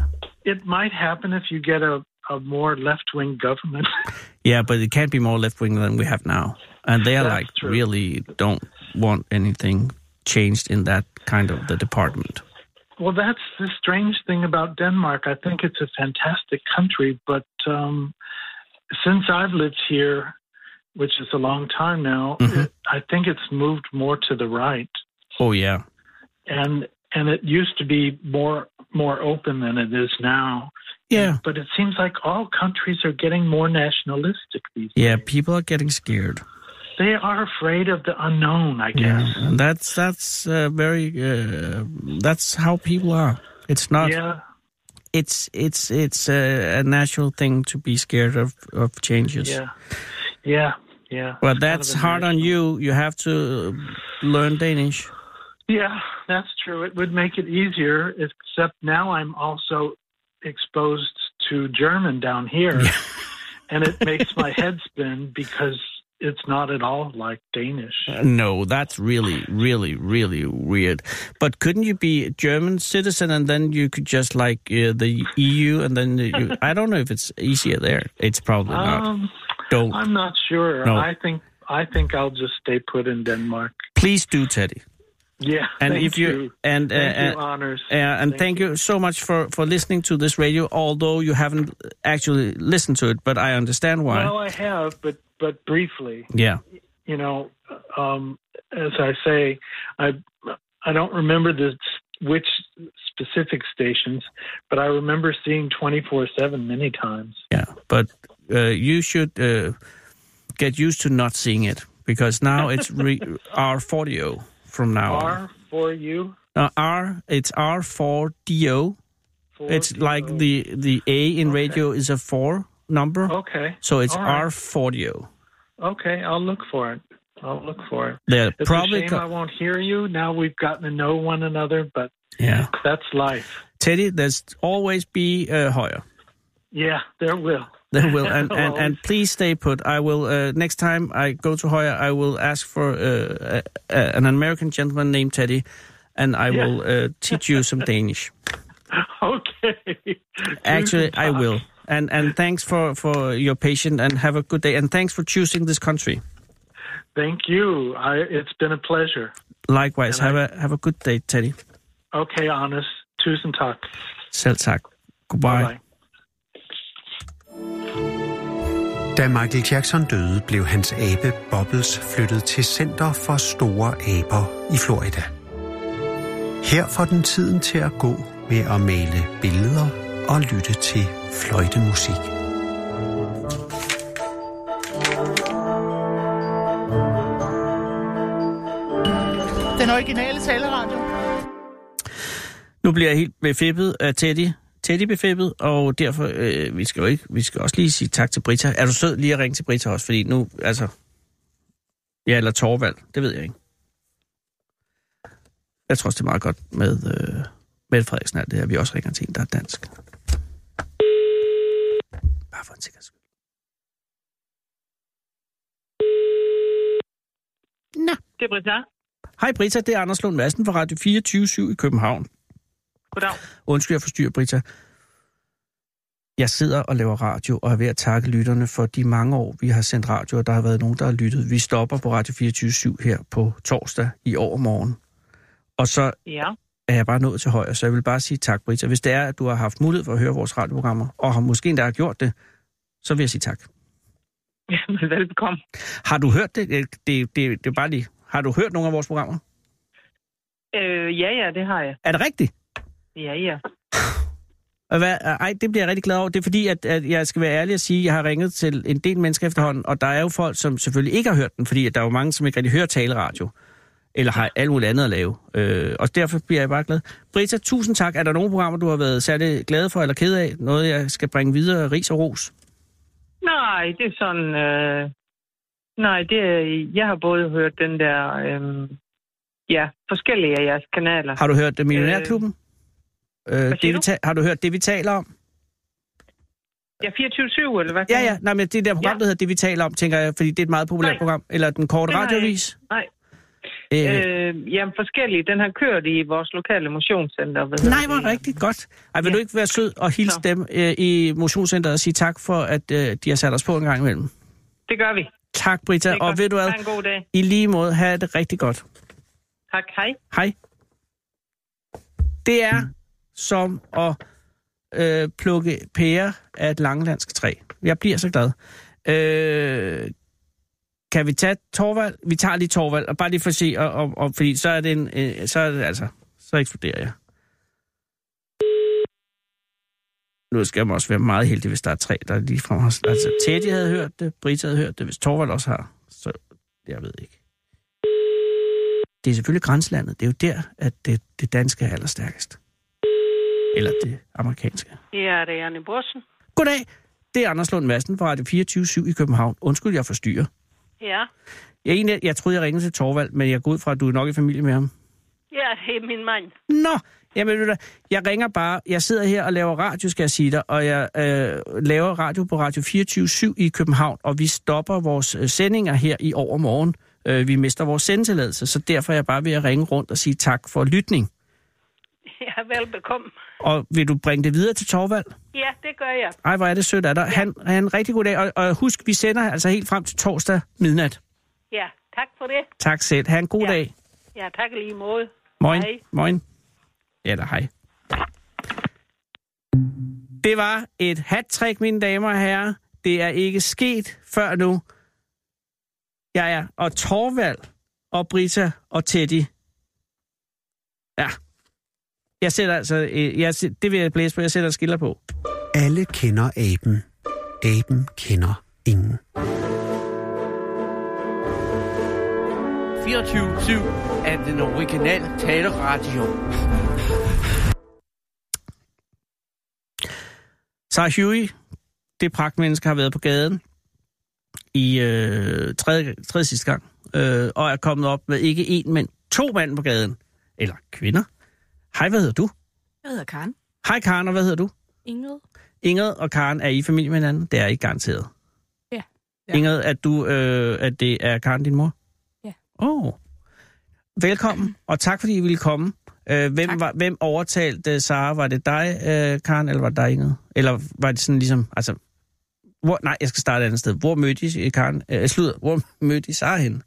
it might happen if you get a, a more left wing government. [LAUGHS] Yeah, but it can't be more left wing than we have now. And they are That's like true. really don't want anything changed in that kind of the department. well, that's the strange thing about Denmark. I think it's a fantastic country, but um, since I've lived here, which is a long time now, Mhm. it, I think it's moved more to the right, Oh yeah. and and it used to be more more open than it is now. Yeah. But it seems like all countries are getting more nationalistic these Yeah, people are getting scared. They are afraid of the unknown, I guess. Yeah. And that's that's uh, very uh, that's how people are. It's not yeah. it's it's it's uh, a, a natural thing to be scared of of changes. Yeah. Yeah. Yeah. Well, It's kind that's of a hard on national- you. You have to learn Danish. Yeah, that's true. It would make it easier, except now I'm also exposed to German down here, [LAUGHS] and it makes my head spin because it's not at all like Danish. No, that's really, really, really weird. But couldn't you be a German citizen and then you could just like uh, the EU and then you, I don't know if it's easier there. It's probably not. Um, Don't I'm not sure. No. I think I think I'll just stay put in Denmark. please do, Teddy. Yeah. And thank if you, and uh, thank you, uh, honors. uh, and thank, you. so much for for listening to this radio. Although you haven't actually listened to it, but I understand why. Well, I have, but but briefly. yeah, you know, um, as I say, I I don't remember the which specific stations, but I remember seeing twenty four seven many times. yeah. But uh, you should uh, get used to not seeing it because now it's [LAUGHS] re- our 40 from now on. R for you. Uh, R, it's R4DO. For It's like the the A in radio is a four number, okay. so it's Oh. all right. R4DO. Okay, I'll look for it. I'll look for it. They're It's a probably shame co- I won't hear you. Now we've gotten to know one another, but yeah. that's life. Teddy, there's always be uh, higher. Yeah, there will. [LAUGHS] [LAUGHS] There will and, and, Always. and please stay put. I will uh, next time I go to Hoya, I will ask for uh, a, a, an American gentleman named Teddy, and I Yeah. will uh, teach you [LAUGHS] some Danish. Okay. Actually, Guten I Tag. will. And and thanks for for your patience and have a good day. And thanks for choosing this country. Thank you. I, it's been a pleasure. Likewise. Jamen, Have a, have a good day, Teddy. Okay, honest. Tusind tak. Selv tak. Goodbye. Bye-bye. Da Michael Jackson døde, blev hans abe Bobbles flyttet til Center for Store Aber i Florida. Her får den tiden til at gå med at male billeder og lytte til fløjtemusik. Den originale taleradio. Nu bliver jeg helt befippet af Teddy. Teddy befippet, og derfor, øh, vi skal jo ikke, vi skal også lige sige tak til Brita. Er du sød lige at ringe til Brita også, fordi nu, altså... Ja, eller Torvald, det ved jeg ikke. Jeg tror også, det er meget godt med, øh, med Frederiksen, at det her, vi også ringer til en, der er dansk. Bare for en sikker skyld. Det er Britta. Hej Brita, det er Anders Lund Madsen fra Radio 24 i København. Goddag. Undskyld, jeg forstyrrer, Brita. Jeg sidder og laver radio, og er ved at takke lytterne for de mange år, vi har sendt radio, og der har været nogen, der har lyttet. Vi stopper på Radio 24 her på torsdag i overmorgen. Og så Ja. [LAUGHS] er jeg bare nået til højre, så jeg vil bare sige tak, Brita. Hvis det er, at du har haft mulighed for at høre vores radioprogrammer, og har måske endda har gjort det, så vil jeg sige tak. Jamen, velbekomme. Har du hørt det? Det, det, det, det er bare lige. Har du hørt nogle af vores programmer? Øh, ja, ja, det har jeg. Er det rigtigt? Ja, ja. Og Hvad, øh, ej, det bliver jeg rigtig glad over. Det er fordi, at, at jeg skal være ærlig og sige, at jeg har ringet til en del mennesker efterhånden, og der er jo folk, som selvfølgelig ikke har hørt den, fordi at der er jo mange, som ikke rigtig hører taleradio, eller har alt muligt andet at lave. Øh, og derfor bliver jeg bare glad. Brita, tusind tak. Er der nogle programmer, du har været særlig glad for eller ked af? Noget, jeg skal bringe videre? Ris og ros? Nej, det er sådan... Øh... Nej, det er... jeg har både hørt den der... Øh... Ja, forskellige af jeres kanaler. Har du hørt øh, Millionærklubben? Øh, det, siger vi du? ta- har du hørt det, vi taler om? Ja, 24-7, eller hvad? Ja, ja. Nej, men det der program, Ja. der hedder Det, vi taler om, tænker jeg, fordi det er et meget populært Nej. program. Eller den korte Det har jeg radiovis. Nej. Øh, Øh, jamen, forskellige. Den har kørt i vores lokale motionscenter. Hvad hedder Nej, hvor det? rigtig godt. Ej, vil Ja. du ikke være sød og hilse Så. dem øh, i motionscenteret og sige tak for, at øh, de har sat os på en gang imellem? Det gør vi. Tak, Brita. Det er Og godt. ved du hvad, Ha' en god dag. i lige måde, have det rigtig godt. Tak, hej. Hej. Det er som at øh, plukke pære af et langlandsk træ. Jeg bliver så glad. Øh, kan vi tage Torvald? Vi tager lige Torvald, og bare lige for at se, og, og, og, fordi så er det en, øh, så er det altså, så eksploderer jeg. Nu skal man også være meget heldig, hvis der er tre, der lige fra os. Altså, Teddy havde hørt det, Brita havde hørt det, hvis Torvald også har, så jeg ved ikke det er selvfølgelig grænselandet. Det er jo der, at det, det danske er allerstærkest. Eller det amerikanske. Ja, det er Anne Borsen. Goddag, det er Anders Lund Madsen fra Radio 24 i København. Undskyld, jeg forstyrrer. Ja, Jeg, egentlig, jeg troede, jeg ringede til Torvald, men jeg går ud fra, at du er nok i familie med ham. ja det er min mand. Nå, jamen, ved du hvad, jeg ringer bare. Jeg sidder her og laver radio, skal jeg sige dig, og jeg øh, laver radio på Radio 24 i København, og vi stopper vores øh, sendinger her i overmorgen. Øh, vi mister vores sendetilladelse, så derfor er jeg bare ved at ringe rundt og sige tak for lytning. Ja, velbekomme. Og vil du bringe det videre til Torvald? Ja, det gør jeg. Ej, hvor er det sødt af dig. Han, han rigtig god dag. Og, og husk, vi sender altså helt frem til torsdag midnat. Ja, tak for det. Tak selv. Ha' en god ja. Ja. dag. Ja, tak i lige måde. Moin. Hej. Moin. Eller hej. Det var et hat mine damer og herrer. Det er ikke sket før nu. Jeg er og Torvald og Brita og Teddy. Ja. Jeg sætter altså... øh, Jeg, sæt- det vil jeg blæse på. Jeg sætter en skiller på. Alle kender aben. Aben kender ingen. 24-7 er den originale taleradio. Sarah Huey, det pragtmenneske, har været på gaden i øh, tredje, tredje sidste gang, øh, og er kommet op med ikke én, men to mænd på gaden. Eller kvinder. Hej, hvad hedder du? Jeg hedder Karen. Hej Karen, og hvad hedder du? Ingrid. Ingrid og Karen, er I i familie med hinanden? Det er I garanteret. Ja. ja. Ingrid, at, du, øh, at det er Karen, din mor? Ja. Åh. Oh. Velkommen, og tak fordi I ville komme. Øh, hvem, Tak. var, hvem overtalte øh, Sara? Var det dig, øh, Karen, eller var det dig, Ingrid? Eller var det sådan ligesom, altså... Hvor, nej, jeg skal starte et andet sted. Hvor [LAUGHS] mødte I øh, Karen? Øh, sludder, hvor mødte I Sara henne?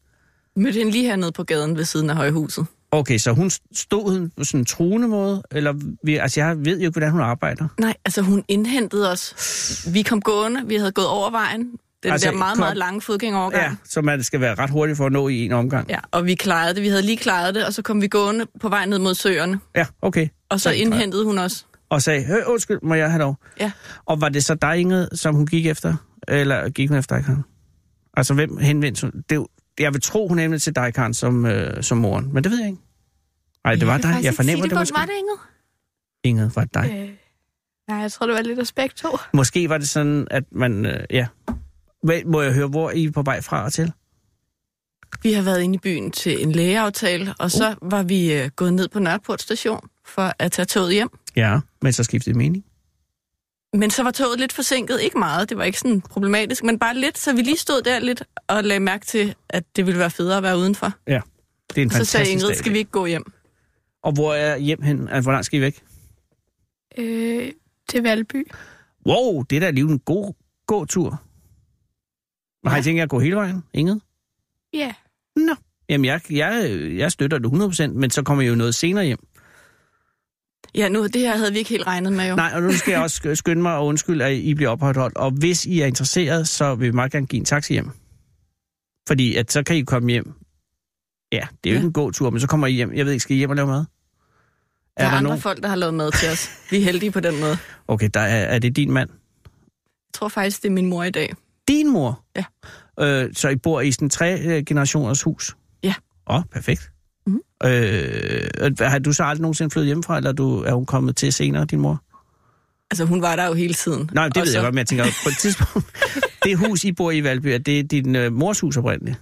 Mødte hende lige hernede på gaden ved siden af Højhuset. Okay, så hun stod på sådan en truende måde, eller vi, altså jeg ved jo ikke, hvordan hun arbejder. Nej, altså hun indhentede os. Vi kom gående, vi havde gået over vejen. Den altså, Altså, der meget, kom- meget lange fodgængerovergang. Ja, så man skal være ret hurtig for at nå i en omgang. Ja, og vi klarede det. Vi havde lige klaret det, og så kom vi gående på vej ned mod søerne. Ja, okay. Og så Tak. indhentede hun os. Og sagde, øh, undskyld, må jeg have lov? Ja. Og var det så dig, Ingrid, som hun gik efter? Eller gik hun efter dig, Karen? Altså, hvem henvendte hun? Det, er jo- jeg vil tro, hun henvendte til dig, Karen, som, øh, som moren. Men det ved jeg ikke. Nej, det var dig. Jeg fornemmer, det, var var Var det, Inge? Ingrid var dig. Øh, nej, jeg tror, det var lidt af begge to. Måske var det sådan, at man... Øh, ja. Hvad- Må jeg høre, hvor I er på vej fra og til? Vi har været inde i byen til en lægeaftale, og så Uh. var vi øh, gået ned på Nørreport station for at tage toget hjem. Ja, men så skiftede mening. Men så var toget lidt forsinket. Ikke meget, det var ikke sådan problematisk, men bare lidt. Så vi lige stod der lidt og lagde mærke til, at det ville være federe at være udenfor. Ja, det er en så fantastisk sagde Ingrid, dag. skal vi ikke gå hjem? Og hvor er hjem hen? Altså, hvor langt skal I væk? Øh, til Valby. Wow, det er da alligevel en god, god tur. Ja. Har I tænkt jer at gå hele vejen, Ingrid? Ja. Nå. Jamen, jeg, jeg, jeg støtter det 100%, men så kommer I jo noget senere hjem. Ja, nu, det her havde vi ikke helt regnet med jo. Nej, og nu skal jeg også sk- skynde mig og undskylde, at I bliver opholdt. Og hvis I er interesseret, så vil vi meget gerne give en taxi hjem. Fordi at så kan I komme hjem. Ja, det er jo ja. ikke en god tur, men så kommer I hjem. Jeg ved ikke, skal I hjem og lave mad? der er, andre folk, der har lavet mad til os. Vi er heldige på den måde. Jeg Okay, der er, er det din mand? tror faktisk, det er min mor i dag. Din mor? Ja. Øh, så I bor i sådan tre øh, generationers hus? Ja. Mhm. Åh, oh, perfekt. Mm-hmm. Øh, og har du så aldrig nogensinde flyttet hjemmefra, eller er, du, er hun kommet til senere, din mor? Altså, hun var der jo hele tiden. Nej, det Og ved så- jeg godt, men jeg tænker på et tidspunkt. [LAUGHS] det hus, I bor i i Valby, er det din øh, mors hus oprindeligt?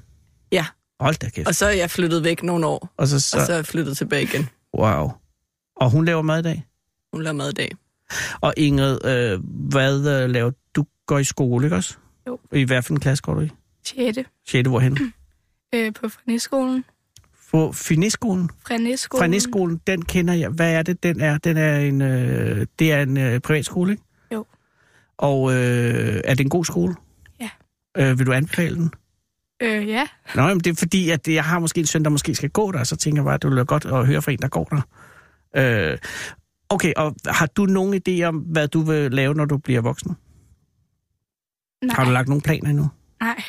Ja, Hold da kæft. og så er jeg flyttet væk nogle år, Og så, så, og så er jeg flyttet tilbage igen. Wow. Og hun laver mad i dag? Hun laver mad i dag. Og Ingrid, øh, hvad øh, laver du? går i skole, ikke også? Jo. I hvad for en klasse går du i? 6. 6. Hvorhen? Øh, på Fræneskolen. På Fineskolen? Fræneskolen. Fræneskolen, den kender jeg. Hvad er det, den er? Den er en, øh, det er en øh, privatskole, ikke? Jo. Og øh, er det en god skole? Ja. Øh, vil du anbefale den? Øh, ja. Nå, jamen, det er fordi, at jeg har måske en søn, der måske skal gå der, og så tænker jeg bare, at det ville være godt at høre fra en, der går der. Øh, okay, og har du nogen idé om, hvad du vil lave, når du bliver voksen? Nej. Har du lagt nogen planer endnu? Nej.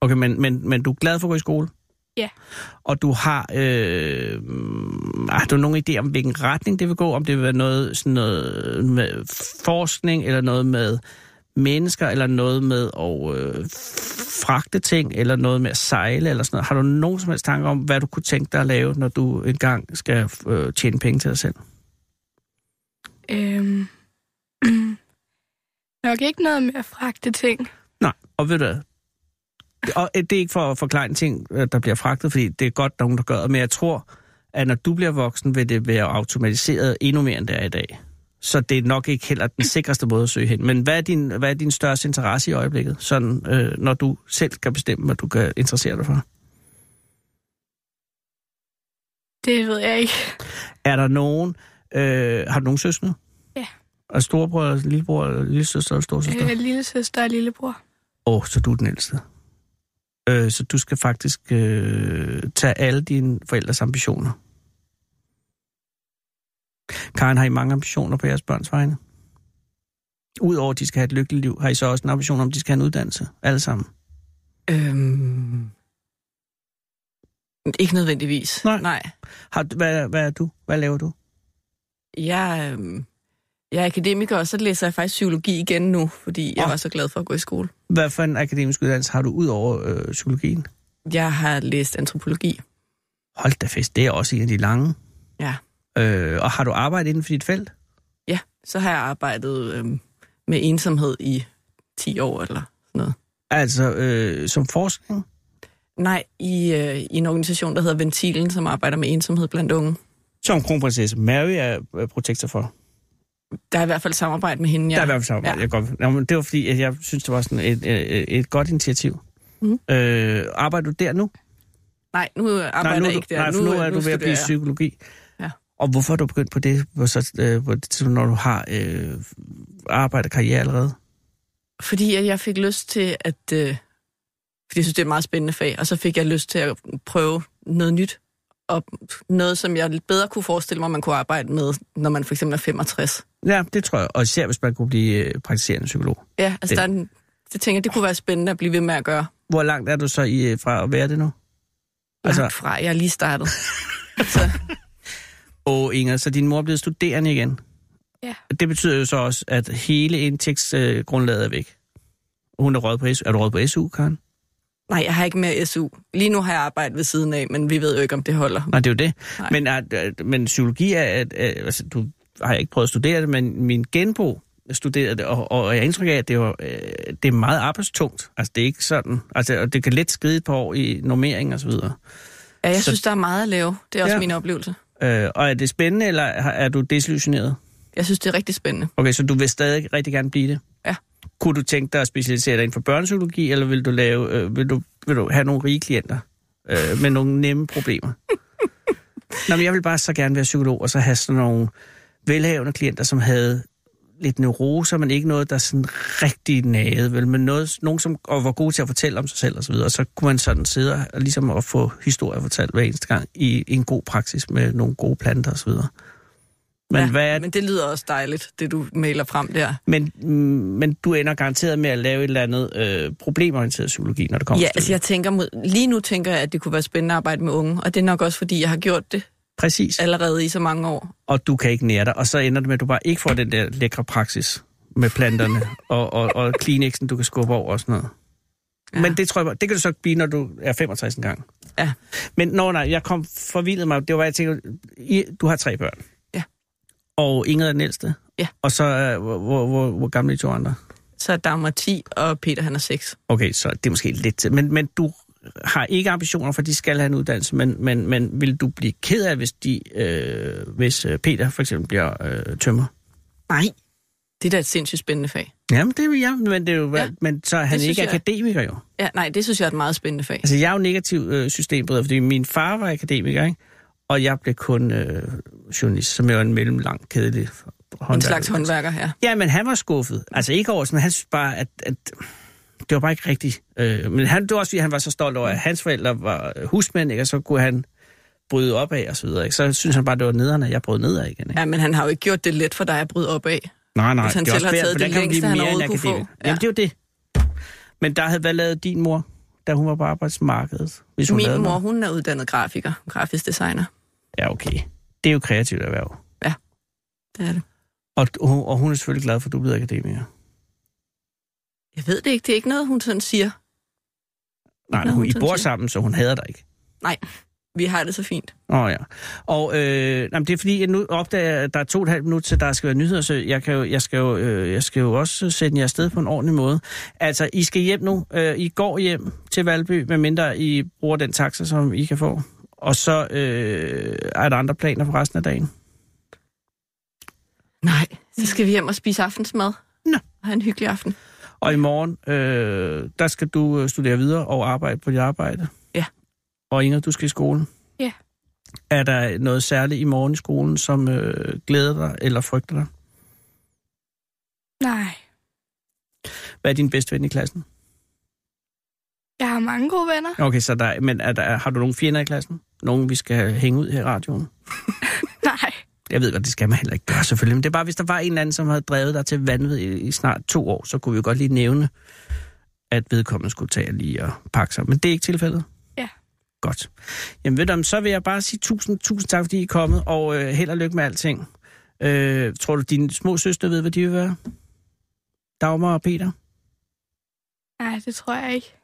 Okay, men, men, men du er glad for at gå i skole? Ja. Og du har, øh, har du nogen idé om, hvilken retning det vil gå? Om det vil være noget, sådan noget med forskning, eller noget med mennesker, eller noget med at øh, fragte ting, eller noget med at sejle, eller sådan noget. Har du nogen som helst tanker om, hvad du kunne tænke dig at lave, når du engang skal øh, tjene penge til dig selv? Øhm. [CLEARS THROAT] Nok ikke noget med at fragte ting. Nej, og ved du hvad? og øh, det er ikke for at forklare en ting, øh, der bliver fragtet, fordi det er godt nogen, der gør det, men jeg tror, at når du bliver voksen, vil det være automatiseret endnu mere, end det er i dag. Så det er nok ikke heller den sikreste måde at søge hen. Men hvad er din, hvad er din største interesse i øjeblikket, sådan, øh, når du selv skal bestemme, hvad du kan interessere dig for? Det ved jeg ikke. Er der nogen... Øh, har du nogen søskende? Ja. Og storebror, eller lillebror, eller lillesøster, eller storsøster? Øh, lille søster og lillebror. Åh, oh, så du er den ældste. Øh, så du skal faktisk øh, tage alle dine forældres ambitioner. Karen, har I mange ambitioner på jeres børns vegne? Udover at de skal have et lykkeligt liv, har I så også en ambition om, at de skal have en uddannelse? Alle sammen. Øhm. Ikke nødvendigvis. Nej. Nej. Har, du- hvad, hvad er du? Hvad laver du? Jeg, øhm, jeg er akademiker, og så læser jeg faktisk psykologi igen nu, fordi jeg Åh. var så glad for at gå i skole. Hvad for en akademisk uddannelse har du ud over øh, psykologien? Jeg har læst antropologi. Hold da fest, det er også en af de lange. Ja. Øh, og har du arbejdet inden for dit felt? Ja, så har jeg arbejdet øhm, med ensomhed i 10 år eller sådan noget. Altså, øh, som forskning? Nej, i, øh, i en organisation, der hedder Ventilen, som arbejder med ensomhed blandt unge. Som kronprinsesse Mary er øh, protektor for? Der er i hvert fald samarbejde med hende. Ja. Der er Ja. i hvert fald samarbejde. Ja. Jeg godt, Nå, men det var fordi, at jeg synes, det var sådan et, et, et godt initiativ. Mhm. Øh, arbejder du der nu? Nej, nu arbejder nu, er jeg du- ikke der. Nej, øh, for nu, er du ved at blive studerer jeg. psykologi. Ja. Og hvorfor er du begyndt på det, hvor så, øh, på det tidspunkt, når du har øh, arbejde og karriere allerede? Fordi at jeg fik lyst til at øh, fordi jeg synes, det er et meget spændende fag. Og så fik jeg lyst til at prøve noget nyt, og noget, som jeg bedre kunne forestille mig, man kunne arbejde med, når man for eksempel er 65. Ja, det tror jeg. Og især, hvis man kunne blive øh, praktiserende psykolog. Ja, altså Det- det. Der er en, det tænker jeg, det kunne være spændende at blive ved med at gøre. Hvor langt er du så i, øh, fra at være det nu? Altså, Langt fra, jeg er lige startet. Åh, Inger, så din mor er blevet studerende igen. Ja. Det betyder jo så også, at hele indtægtsgrundlaget er væk. Hun er råd på SU. Er du råd på SU, Karen? Nej, jeg har ikke mere SU. Lige nu har jeg arbejdet ved siden af, men vi ved jo ikke, om det holder. Nej, det er jo det. Nej. Men, er, er- men psykologi er, at, er- altså, du har jeg ikke prøvet at studere det, men min genbo studerede det, og, og jeg har indtryk af, at det, var, øh, det er meget arbejdstungt. Altså, det er ikke sådan. Altså, og det kan let skride på år i normering og så videre. Ja, jeg Så- så... synes, der er meget at lave. Det er også Ja. ja. min oplevelse. Øh, og er det spændende, eller er er du desillusioneret? Jeg synes, det er rigtig spændende. Okay, så du vil stadig rigtig gerne blive det? Ja. Kunne du tænke dig at specialisere dig inden for børnepsykologi, eller vil du, lave, øh, vil du, vil du have nogle rige klienter øh, med nogle nemme [LAUGHS] problemer? Nå, men jeg vil bare så gerne være psykolog, og så have sådan nogle velhavende klienter, som havde lidt neuroser, men ikke noget, der sådan rigtig nagede, vel, men noget, nogen, som og var gode til at fortælle om sig selv og så videre. Og så kunne man sådan sidde og- og ligesom at få historier fortalt hver eneste gang i en god praksis med nogle gode planter og så videre. Men ja. ja, hvad er men det lyder også dejligt, det du maler frem der. men, mm, men du ender garanteret med at lave et eller andet øh, problemorienteret psykologi, når det kommer Ja, til altså stykket. jeg tænker mod, lige nu tænker jeg, at det kunne være spændende at arbejde med unge, og det er nok også, fordi jeg har gjort det Præcis. allerede i så mange år. Og du kan ikke nære dig, og så ender det med, at du bare ikke får den der lækre praksis med [LAUGHS] planterne og, og, og Kleenexen, du kan skubbe over og sådan noget. Ja. Men det tror jeg, bare- det kan du så blive, når du er 65 en gang. Ja. Men nå, nej, jeg kom forvildet mig. Det var, hvad jeg tænkte, I, du har tre børn. Ja. Og Ingrid er den ældste. Ja. Og så, øh, hvor, hvor, hvor, hvor gamle er de to andre? Så er Dagmar 10, og Peter han er 6. Okay, så det er måske lidt til. Men, men du har ikke ambitioner, for de skal have en uddannelse, men, men, men vil du blive ked af, hvis, de, øh, hvis øh, Peter for eksempel bliver øh, tømmer? Nej, det er da et sindssygt spændende fag. Jamen, det vil jeg, men, det er jo, ja. Ja, men så er han synes ikke jeg. akademiker jo. Ja, nej, det synes jeg er et meget spændende fag. Altså, jeg er jo negativ øh, systembryder, fordi min far var akademiker, ikke? og jeg blev kun øh, journalist, som jo er en mellemlang, kedelig En håndværker. altså. slags håndværker, ja. Ja, men han var skuffet. Altså ikke over, men han synes bare, at, at det var bare ikke rigtigt. Øh, men han, det var også, fordi han var så stolt over, at hans forældre var øh, husmænd, ikke? og så kunne han bryde op af og så videre. Ikke? Så synes han bare, det var nederen, at jeg brød ned af igen. Ikke? Ja, men han har jo ikke gjort det let for dig at bryde op af. Nej, nej. Hvis han det er selv også har fair, taget for det der kan man blive længste, han mere overhovedet end kunne få. akademiker. Jamen, det er jo det. Men der havde, hvad lavede din mor, da hun var på arbejdsmarkedet? Hvis hun lavede Min mor, noget? hun er uddannet grafiker, grafisk designer. Ja, okay. Det er jo kreativt erhverv. Det er det. Og, og, og hun er selvfølgelig glad for, at du blev akademiker. Jeg ved det ikke, det er ikke noget, hun sådan siger. Nej, Nå, hun, I sådan bor set. sammen, så hun hader dig ikke. Nej, vi har det så fint. Åh oh, ja. Og øh, jamen, det er fordi, jeg nu opdager, jeg, at der er to og et halvt minut til, der skal være nyheder, så jeg, kan jo, jeg, skal jo, øh, jeg skal jo også sende jer afsted på en ordentlig måde. Altså, I skal hjem nu. Øh, I går hjem til Valby, medmindre I bruger den taxa, som I kan få. Og så øh, er der andre planer for resten af dagen. Nej, så skal vi hjem og spise aftensmad. Nå. Og have en hyggelig aften. Og i morgen, øh, der skal du øh, studere videre og arbejde på dit arbejde. Ja. Og Inger, du skal i skole. Ja. Er der noget særligt i morgen i skolen, som øh, glæder dig eller frygter dig? Nej. Hvad er din bedste ven i klassen? Jeg har mange gode venner. [LAUGHS] Okay, så der, men er der, har du nogen fjender i klassen? Nogen, vi skal hænge ud her i radioen? Nej. Jeg ved godt, det skal man heller ikke gøre, selvfølgelig. Men det er bare, hvis der var en eller anden, som havde drevet dig til vanvid i, i snart to år, så kunne vi jo godt lige nævne, at vedkommende skulle tage lige og pakke sig. Men det er ikke tilfældet? Ja. Godt. Jamen ved du, om, så vil jeg bare sige tusind, tusind tak, fordi I er kommet, og øh, held og lykke med alting. Øh, tror du, dine små søstre ved, hvad de vil være? Dagmar og Peter? Nej, det tror jeg ikke.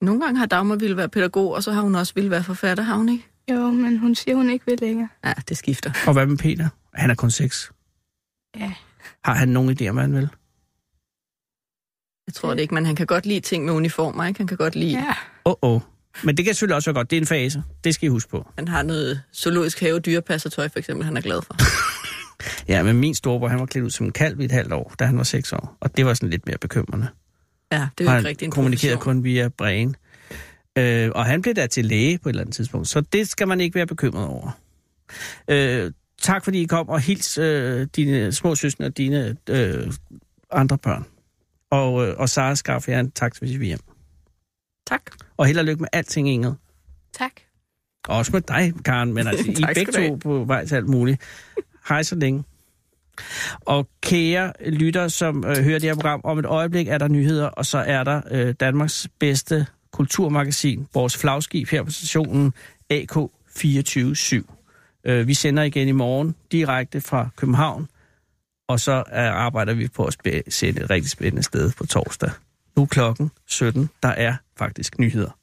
Nogle gange har Dagmar ville være pædagog, og så har hun også ville være forfatter, har hun ikke? Jo, men hun siger, hun ikke vil længere. Ja, det skifter. Og hvad med Peter? Han er kun seks. Ja. Har han nogen idé om, hvad han vil? Jeg tror det ikke, men han kan godt lide ting med uniformer, ikke? Han kan godt lide, ja. Ja. Åh, oh, oh. Men det kan selvfølgelig også være godt. Det er en fase. Det skal I huske på. han har noget zoologisk have, dyrepassertøj for eksempel, han er glad for. Ja, men min storebror, han var klædt ud som en kalv i et halvt år, da han var seks år. Og det var sådan lidt mere bekymrende. Ja, det er jo han ikke rigtig en kommunikerede profession. kun via bræen. Øh, og han blev da til læge på et eller andet tidspunkt. Så det skal man ikke være bekymret over. Øh, tak fordi I kom, og hils øh, dine små søstre og dine øh, andre børn. Og, øh, og Sara skaffer jer en taxa, hvis I vil hjem. Tak. Og held og lykke med alting, Inget. Tak. Og også med dig, Karen, men [LAUGHS] altså, I er Tak skal begge du have. to på vej til alt muligt. Hej så længe. Og kære lytter, som øh, hører det her program, om et øjeblik er der nyheder, og så er der øh, Danmarks bedste kulturmagasin, vores flagskib her på stationen, AK247. Øh, vi sender igen i morgen direkte fra København, og så øh, arbejder vi på at spæ- sende et rigtig spændende sted på torsdag. Nu er klokken 17, der er faktisk nyheder.